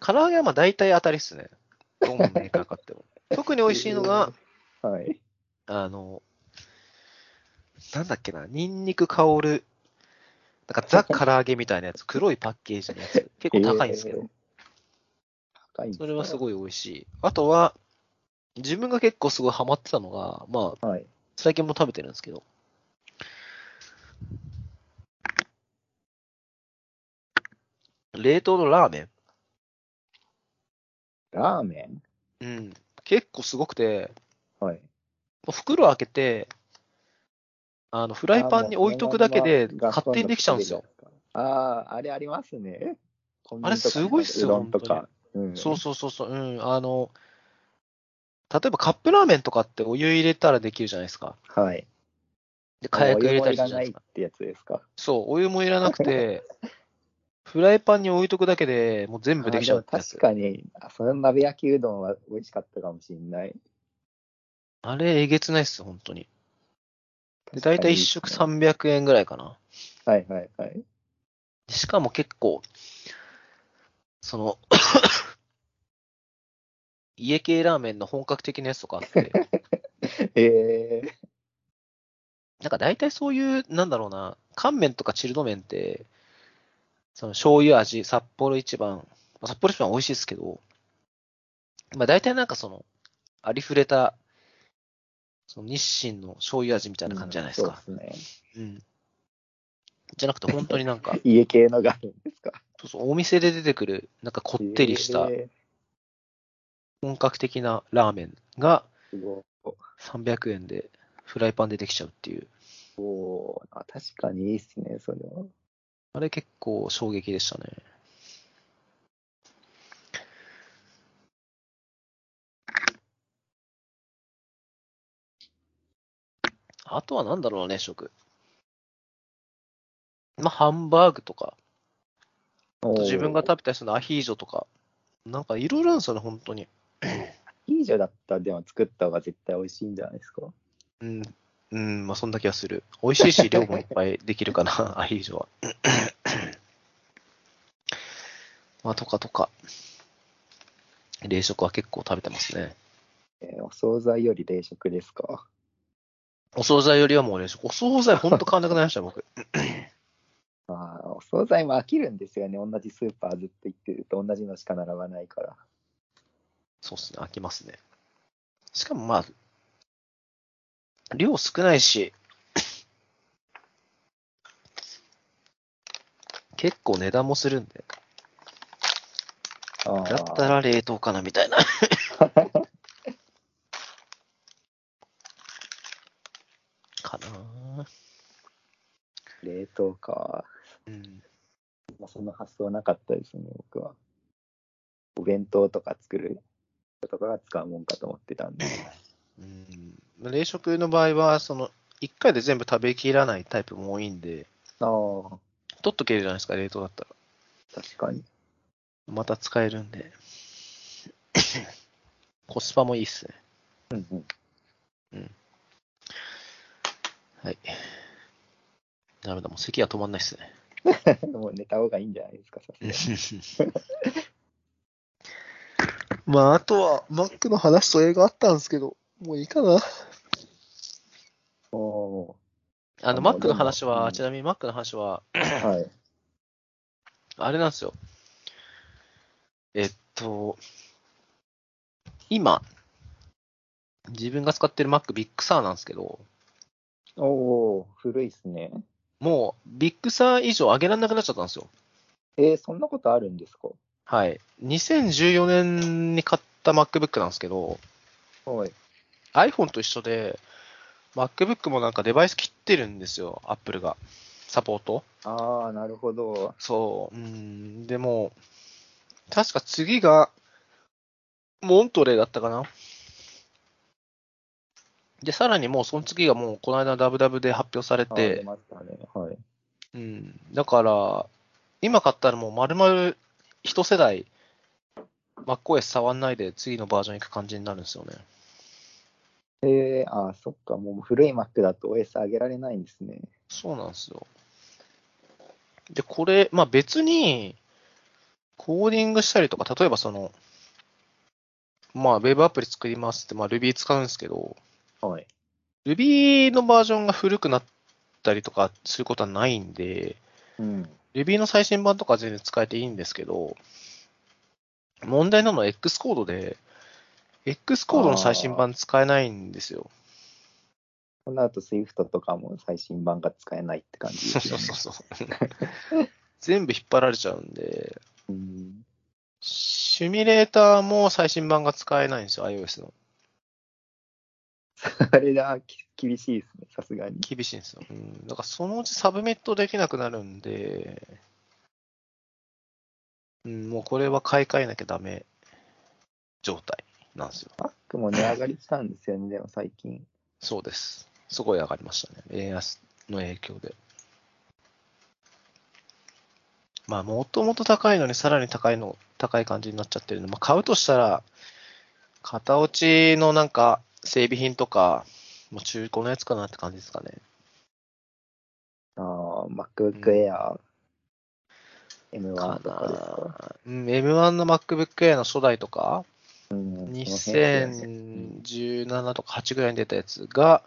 Speaker 1: 唐揚げはまあ大体当たりっすね。どのメーカー買って も。特に美味しいのが、
Speaker 2: はい。
Speaker 1: あの、なんだっけな、ニンニク香る、なんかザ唐揚げみたいなやつ、黒いパッケージのやつ、結構高いんですけど、
Speaker 2: えー高いんです
Speaker 1: それはす
Speaker 2: い。
Speaker 1: ごい美味しい。あとは、自分が結構すごいハマってたのが、まあ、
Speaker 2: はい。
Speaker 1: 最近も食べてるんですけど、冷凍のラーメン。
Speaker 2: ラーメ
Speaker 1: う
Speaker 2: ン
Speaker 1: ん、結構すごくて、
Speaker 2: はい。
Speaker 1: もう袋開けて、あのフライパンに置いとくだけで勝手にできちゃうんですよ。。
Speaker 2: あー、あれありますね。コンビ
Speaker 1: あれ
Speaker 2: ニとか
Speaker 1: すごいっすよ
Speaker 2: うどんとか。ん
Speaker 1: そうそうそうそう、うん、あの、例えばカップラーメンとかってお湯入れたらできるじゃないですか。
Speaker 2: はい。
Speaker 1: で、火薬入れたり
Speaker 2: り
Speaker 1: するじゃ
Speaker 2: じゃな
Speaker 1: ない
Speaker 2: い
Speaker 1: です
Speaker 2: っ
Speaker 1: か。
Speaker 2: てやつですか。
Speaker 1: そう、お湯もいらなく て、フライパンに置いとくだけでもう全部できちゃう
Speaker 2: あ
Speaker 1: っ
Speaker 2: ー
Speaker 1: て
Speaker 2: でも
Speaker 1: やつ
Speaker 2: 確。かに、あその鍋焼きうどんは美味しかったかもしれない。
Speaker 1: あれ、えげつないっすよ、本当に。で、大体1食
Speaker 2: 確か
Speaker 1: 300円ぐらいかな。
Speaker 2: にはいはいはい。
Speaker 1: でしかも結構、その、 家系ラーメンの本格的なやつとかあって、
Speaker 2: えー、
Speaker 1: なんか大体そういう、なんだろうな、乾麺とかチルド麺って、その醤油味、札幌一番、まあ札幌一番美味しいですけど、まあ大体なんかその、ありふれた、その日清の醤油味みたいな感じじゃないですか。
Speaker 2: そうです
Speaker 1: うん。じゃなくて本当になん か
Speaker 2: ね。、家系のがあるんですか。
Speaker 1: そうそうお店で出てくる、なんかこってりした
Speaker 2: え
Speaker 1: 本格的なラーメンが
Speaker 2: ーすごい
Speaker 1: 300円でフライパンでできちゃうっていう。
Speaker 2: おーあ確かにいいっすね、それは。
Speaker 1: あれ結構衝撃でしたね。あとはなんだろうね、食。まあ、ハンバーグとか、あと自分が
Speaker 2: た
Speaker 1: 食べた人のアヒージョとか、なんかいろいろあるんですよね、本当に。
Speaker 2: いいじゃだったらでも作った方が絶対美味しいんじゃないですか。
Speaker 1: うん、うん、まあ、そんな気がする。美味しいし、量もいっぱいできるかな、 アヒージョは。 まあ、とかとか。冷食は結構食べてますね。
Speaker 2: えーお惣菜より冷食ですか。
Speaker 1: お惣菜よりはもう冷食。お惣菜ほんと買わなくなりました、僕。
Speaker 2: まあ、お惣菜も飽きるんですよね。同じスーパーずっと行ってると同じのしか並ばないから。
Speaker 1: そうっすね、飽きますね。しかもまあ、量少ないし、結構値段もするんで、
Speaker 2: あ
Speaker 1: だった
Speaker 2: あ
Speaker 1: ら冷凍かなみたいな。 かなぁ
Speaker 2: 冷凍か。
Speaker 1: うん。
Speaker 2: もうその発想なかったですね、僕は。お弁当とか作る人とかが使うもんかと思ってたんで。
Speaker 1: うん、冷食の場合は、その、1回で全部食べきらないタイプも多いんで、
Speaker 2: ああ、
Speaker 1: 取っとけるじゃないですか、冷凍だったら。
Speaker 2: 確かに。
Speaker 1: また使えるんで。 コスパもいいっすね。
Speaker 2: うんうん、
Speaker 1: はい。ダメだ、もう咳が止まんないっすね。
Speaker 2: もう寝た方がいいんじゃないですか、さすがに。
Speaker 1: まあ、あとは、マックの話と映画あったんですけど、もういいかな。
Speaker 2: おお
Speaker 1: あの、マックの話
Speaker 2: でもう
Speaker 1: は、
Speaker 2: ん
Speaker 1: ちなみにマックの話は、
Speaker 2: ー、はい。
Speaker 1: あれなんですよ。えっと、今、自分が使ってるマックビッグサーなんですけど、
Speaker 2: おおー、古いっすね。
Speaker 1: もうビッグサー以上上げられなくなっちゃったんですよ。
Speaker 2: えー、そんなことあるんですか
Speaker 1: はい。2014年に買った MacBook なんですけど、
Speaker 2: はい。
Speaker 1: iPhone と一緒で、MacBook もなんかデバイス切ってるんですよ、Apple が。サポート。
Speaker 2: ああ、なるほど。
Speaker 1: そう。うん。でもう、確か次が、モントレーだったかな。で、さらにもうその次がもうこの間ダブダブで発表され
Speaker 2: あ
Speaker 1: て
Speaker 2: 出、ましたね。はい。
Speaker 1: うん。だから、今買ったらもう丸々一世代、MacOS 触んないで次のバージョン行く感じになるんですよね。
Speaker 2: えー、あー、そっか、もう古い Mac だと OS 上げられないんですね。
Speaker 1: そうなんですよ。で、これ、まあ別に、コーディングしたりとか、例えばその、まあ、ウェブアプリ作りますって、まあ Ruby 使うんですけど、
Speaker 2: はい。
Speaker 1: Ruby のバージョンが古くなったりとかすることはないんで、
Speaker 2: うん。
Speaker 1: Ruby の最新版とかは全然使えていいんですけど、問題なのは X コードで、X コードの最新版使えないんですよ。
Speaker 2: そうなると Swift とかも最新版が使えないって感じ
Speaker 1: そ
Speaker 2: で
Speaker 1: う
Speaker 2: す
Speaker 1: そ
Speaker 2: よ
Speaker 1: う
Speaker 2: ね。
Speaker 1: そうそう。 全部引っ張られちゃうんで、
Speaker 2: うん。
Speaker 1: シミュレーターも最新版が使えないんですよ、iOS の。
Speaker 2: あれだ、き厳しいですね、さすがに。
Speaker 1: 厳しいんですよ。うん。だからそのうちサブミットできなくなるんで、うん、もうこれは買い替えなきゃダメ状態なんですよ。
Speaker 2: Mac も値上がりしたんですよね、でも最近。
Speaker 1: そうです。すごい上がりましたね。円安の影響で。まあ、もともと高いのにさらに高いの、高い感じになっちゃってるので、まあ、買うとしたら、型落ちのなんか整備品とか、もう中古のやつかなって感じですかね。
Speaker 2: ああ、MacBook Air、M1 とかですか。
Speaker 1: うん、M1 の MacBook Air の初代とか、
Speaker 2: うん
Speaker 1: 2017とか8ぐらいに出たやつが、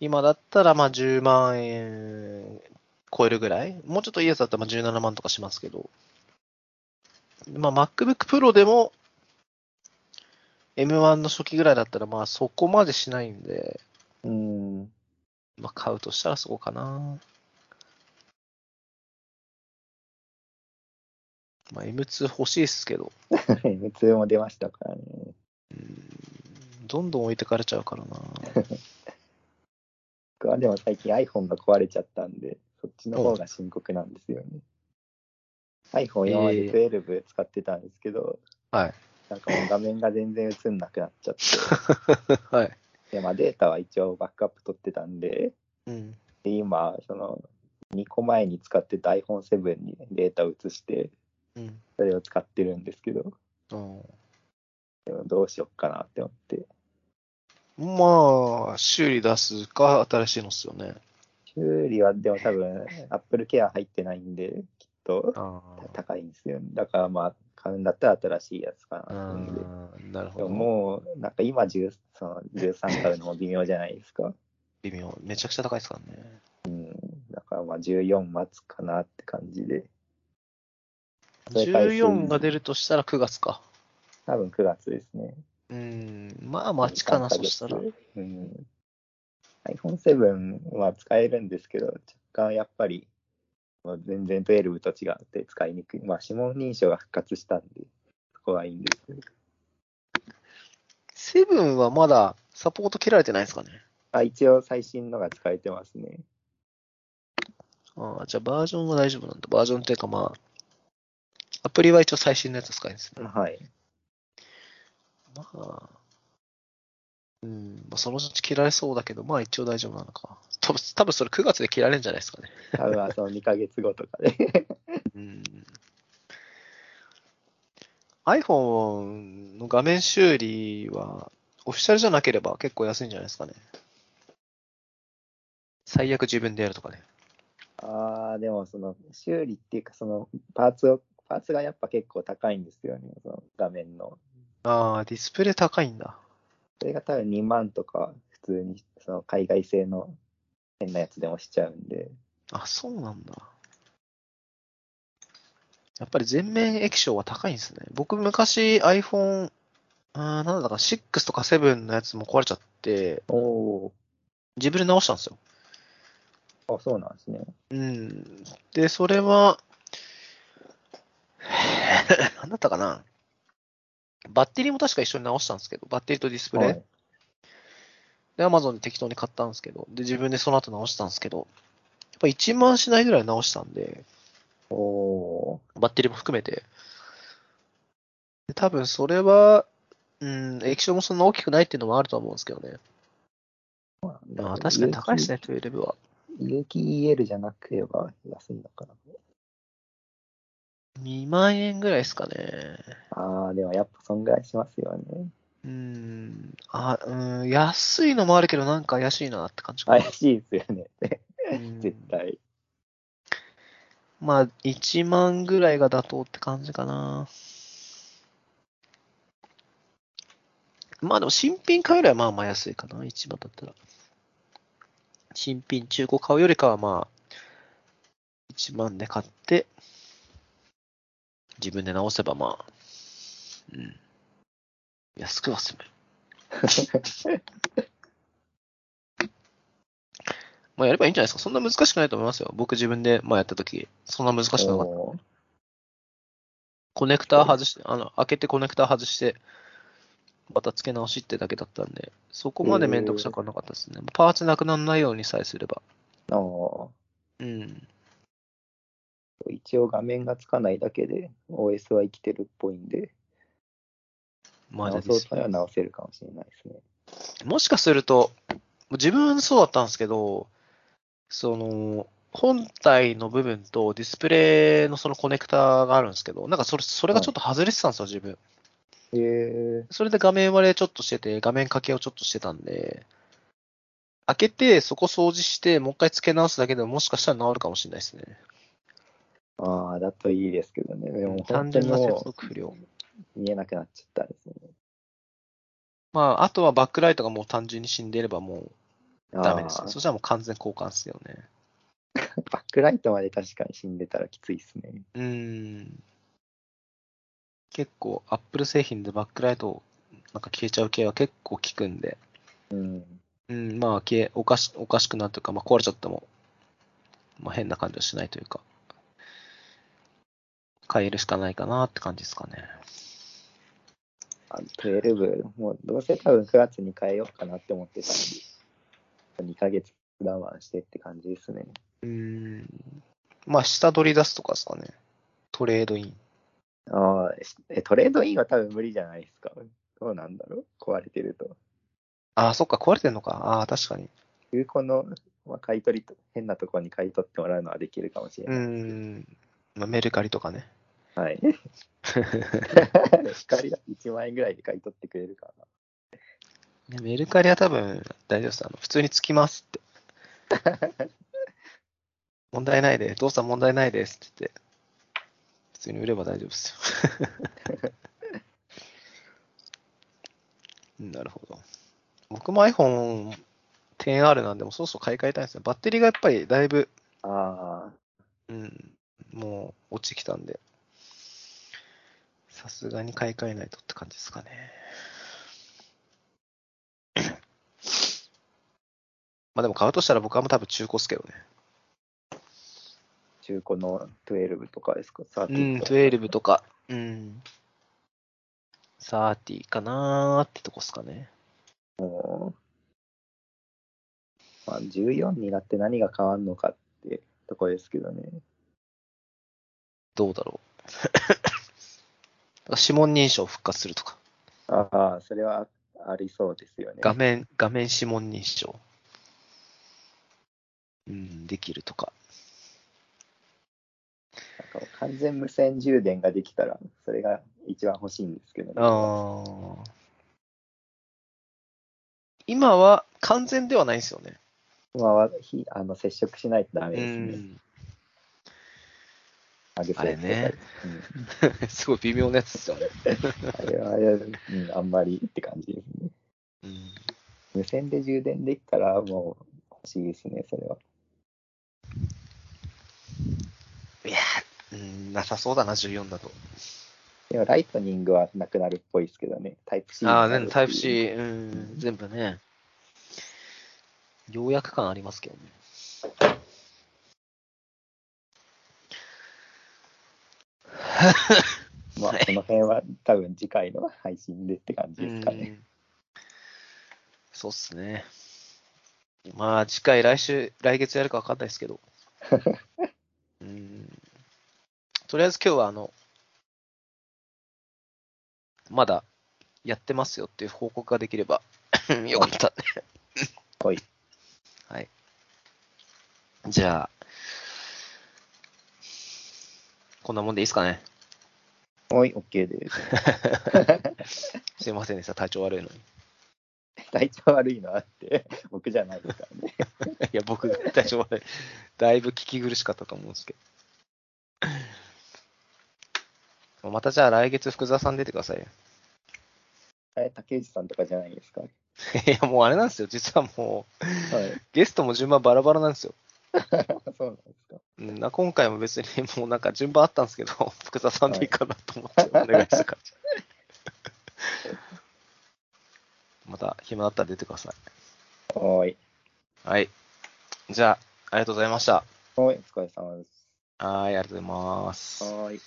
Speaker 1: 今だったらまあ10万円超えるぐらい、もうちょっといいやつだったらまあ17万とかしますけど、まあ、MacBook Pro でも M1 の初期ぐらいだったらまあそこまでしないんで、
Speaker 2: うん。
Speaker 1: まあ、買うとしたらそこかな。まあ、M2 欲しいですけど、
Speaker 2: M2 も出ましたからね。
Speaker 1: どんどん置いてかれちゃうからな。
Speaker 2: 僕はでも最近 iPhone が壊れちゃったんで、そっちの方が深刻なんですよね。iPhone 今まで12使ってたんですけど、
Speaker 1: はい。
Speaker 2: なんかもう画面が全然映んなくなっちゃっ
Speaker 1: はい。
Speaker 2: て、でまあ、データは一応バックアップ取ってたんで、
Speaker 1: うん。
Speaker 2: で今、その2個前に使ってた iPhone7 にデータを移して、
Speaker 1: うん。
Speaker 2: それを使ってるんですけど、でもどうしよっかなって思って、
Speaker 1: まあ、修理出すか、新しいのっすよね。
Speaker 2: 修理はでも多分 Apple Care 入ってないんで、きっと
Speaker 1: あ
Speaker 2: 高いんですよね。だからまあ、買うんだったら新しいやつか
Speaker 1: あ
Speaker 2: なっていう。
Speaker 1: なるほ
Speaker 2: で
Speaker 1: ど。
Speaker 2: ももう、なんか今10その13買うのも微妙じゃないですか。
Speaker 1: 微妙。めちゃくちゃ高いですからね。
Speaker 2: だからまあ14待つかなって感じで、それ買いすぎ
Speaker 1: 14が出るとしたら9月か。
Speaker 2: 多分9月ですね。
Speaker 1: うん。まあ、待ちかな、
Speaker 2: 3ヶ
Speaker 1: そ
Speaker 2: 月
Speaker 1: したら。
Speaker 2: うん。iPhone7 は使えるんですけど、若干やっぱり、もう全然12と違って使いにくい。まあ指紋認証が復活したんで、そこはいいんですけど。
Speaker 1: 7はまだサポート切られてないですかね。
Speaker 2: あ、一応最新のが使えてますね。
Speaker 1: ああ、じゃあバージョンは大丈夫なんだ。バージョンっていうかまあ、アプリは一応最新のやつ使えるんですね。
Speaker 2: はい。
Speaker 1: まあ、うん、まあ、そのうち切られそうだけど、まあ一応大丈夫なのか。多分多分それ9月で切られるんじゃないですかね。
Speaker 2: 多分はその2ヶ月後とかで。
Speaker 1: うん。iPhone の画面修理は、オフィシャルじゃなければ結構安いんじゃないですかね。最悪自分でやるとかね。
Speaker 2: ああ、でもその修理っていうか、そのパーツを、パーツがやっぱ結構高いんですよね、その画面の。
Speaker 1: ああ、ディスプレイ高いんだ。
Speaker 2: それが多分2万とか、普通にその海外製の変なやつでもしちゃうんで、
Speaker 1: あ、そうなんだ。やっぱり全面液晶は高いんですね。僕昔 iPhone、あーなんだか6とか7のやつも壊れちゃって、
Speaker 2: お
Speaker 1: 自分で直したんですよ。
Speaker 2: お、あ、そうなんですね。
Speaker 1: うん。で、それは、 なんだったかな。バッテリーも確か一緒に直したんですけど、バッテリーとディスプレイ。
Speaker 2: はい
Speaker 1: で、Amazon で適当に買ったんですけど、で、自分でその後直したんですけど、やっぱ1万しないぐらい直したんで、
Speaker 2: おお、
Speaker 1: バッテリーも含めて、で多分それは、うん、液晶もそんな大きくないっていうのもあるとは思うんですけどね。ああ、確かに高いですね、12は。
Speaker 2: 有機 EL じゃなければ安いのかな。
Speaker 1: 2万円ぐらいですかね。
Speaker 2: ああ、でもやっぱそんぐらいしますよね。
Speaker 1: うん、あ、うん、安いのもあるけど、なんか怪しいなって感じかな
Speaker 2: 怪しいですよね。
Speaker 1: うん
Speaker 2: 絶対。
Speaker 1: まあ、1万ぐらいが妥当って感じかな。まあでも新品買うよりはまあまあ安いかな、1万だったら。新品、中古買うよりかはまあ、1万で買って、自分で直せばまあ、うん。安くは済む。まあやればいいんじゃないですか。そんな難しくないと思いますよ。僕自分でまあやったとき、そんな難しくなかった。
Speaker 2: おー
Speaker 1: コネクター外して、あの、開けてコネクター外して、また付け直しってだけだったんで、そこまでめんどくさくはなかったですね。パーツなくならないようにさえすれば。
Speaker 2: お
Speaker 1: うん。
Speaker 2: ー一応画面がつかないだけで OS は生きてるっぽいんで、
Speaker 1: ま
Speaker 2: 直
Speaker 1: あ、
Speaker 2: そうとは直せるかもしれないですね。
Speaker 1: もしかすると、自分そうだったんですけど、その、本体の部分とディスプレイのそのコネクターがあるんですけど、なんかそれ、それがちょっと外れてたんですよ、自分。
Speaker 2: へえ
Speaker 1: それで画面割れちょっとしてて、画面掛けをちょっとしてたんで、開けて、そこ掃除して、もう一回付け直すだけでももしかしたら治るかもしれないですね。
Speaker 2: ああ、だといいですけどね。でも
Speaker 1: 単
Speaker 2: 本当
Speaker 1: 純
Speaker 2: に
Speaker 1: な接
Speaker 2: も
Speaker 1: 続不良。
Speaker 2: う見えなくなっちゃったんですね。
Speaker 1: まあ、あとはバックライトがもう単純に死んでいればもうダメです
Speaker 2: あ
Speaker 1: ね。
Speaker 2: ー
Speaker 1: そしたらもう完全交換ですよね。
Speaker 2: バックライトまで確かに死んでたらきついですね。
Speaker 1: うーん。結構、アップル製品でバックライトなんか消えちゃう系は結構効くんで、
Speaker 2: うん。
Speaker 1: うん、まあ、消え、おかし、おかしくなるというか、まあ、壊れちゃっても、まあ、変な感じはしないというか、変えるしかないかなって感じですかね。
Speaker 2: あ12、もうどうせ多分9月に変えようかなって思ってたんで、2ヶ月我慢してって感じですね。
Speaker 1: うーん。まあ、下取り出すとかですかね。トレードイン。
Speaker 2: ああ、えトレードインは多分無理じゃないですか。どうなんだろう壊れてると。
Speaker 1: ああ、そっか、壊れてんのか。ああ、確かに。
Speaker 2: 中古の、まあ、買い取りと、変なところに買い取ってもらうのはできるかもしれ
Speaker 1: う
Speaker 2: ない。
Speaker 1: ん。まあ、メルカリとかね。
Speaker 2: はい。光が1万円ぐらいで買い取ってくれるかな。
Speaker 1: ねメルカリは多分大丈夫です。あの普通につきますって。問題ないで、動作問題ないですって言って、普通に売れば大丈夫ですよ。 なるほど。僕も iPhone10R なんで、もうそろそろ買い替えたいんですよ。バッテリーがやっぱりだいぶ、
Speaker 2: あ
Speaker 1: うん、もう落ちてきたんで、さすがに買い替えないとって感じですかね。 まあでも買うとしたら僕はもう多分中古っすけどね。
Speaker 2: あ、中古の12とかですか、13
Speaker 1: うん、
Speaker 2: とか
Speaker 1: 12とか、うん。30かなーってとこっすかね。
Speaker 2: もう、まあ、14になって何が変わるのかってとこですけどね。
Speaker 1: どうだろ う。指紋認証復活するとか。
Speaker 2: ああ、それはありそうですよね。
Speaker 1: 画面、画面指紋認証。うん、できるとか。
Speaker 2: なんかもう完全無線充電ができたら、それが一番欲しいんですけどね。
Speaker 1: ああ。今は完全ではないですよね。
Speaker 2: 今はひあの接触しないとダメ
Speaker 1: う
Speaker 2: ですね。
Speaker 1: ん。
Speaker 2: あげ
Speaker 1: あれね。すごい微妙なやつですよね。
Speaker 2: あれは、うん、あんまりって感じですね。
Speaker 1: うん。
Speaker 2: 無線で充電できたら、もう欲しいですね、それは。
Speaker 1: いやー、うん、なさそうだな、14だと。
Speaker 2: でも、ライトニングはなくなるっぽいですけどね。タイプ C に
Speaker 1: あ
Speaker 2: な
Speaker 1: あ、
Speaker 2: るってい
Speaker 1: ね、
Speaker 2: う
Speaker 1: タイプ C、うん、全部ね。ようやく感ありますけどね。
Speaker 2: まあ、この辺は多分次回の配信でって感じですかね。
Speaker 1: うんそうっすね。まあ、次回、来週、来月やるか分かんないですけ ど。うんとりあえず今日は、あの、まだやってますよっていう報告ができればよかったね。
Speaker 2: はい。
Speaker 1: はい。じゃあ、こんなもんでいいですかね。
Speaker 2: はい、OK です。
Speaker 1: すいませんでした、体調悪いのに。
Speaker 2: 体調悪いのはあって、 僕じゃないですからね。
Speaker 1: いや、僕、体調悪い。だいぶ聞き苦しかったと思うんですけど。またじゃあ来月福沢さん出てくださいよ。
Speaker 2: え、竹内さんとかじゃないですか。はい
Speaker 1: や、もうあれなんですよ。実はもう、ゲストも順番バラバラなんですよ。
Speaker 2: い。そうなんですか。
Speaker 1: うん、な今回も別にもうなんか順番あったんですけど、福沢さんでいいかなと思ってお願いした感じ。また暇だったら出てくださ
Speaker 2: はい。
Speaker 1: い。はい。じゃあ、ありがとうございました。
Speaker 2: はい、お疲れ様です。
Speaker 1: はい、ありがとうございます。
Speaker 2: はい。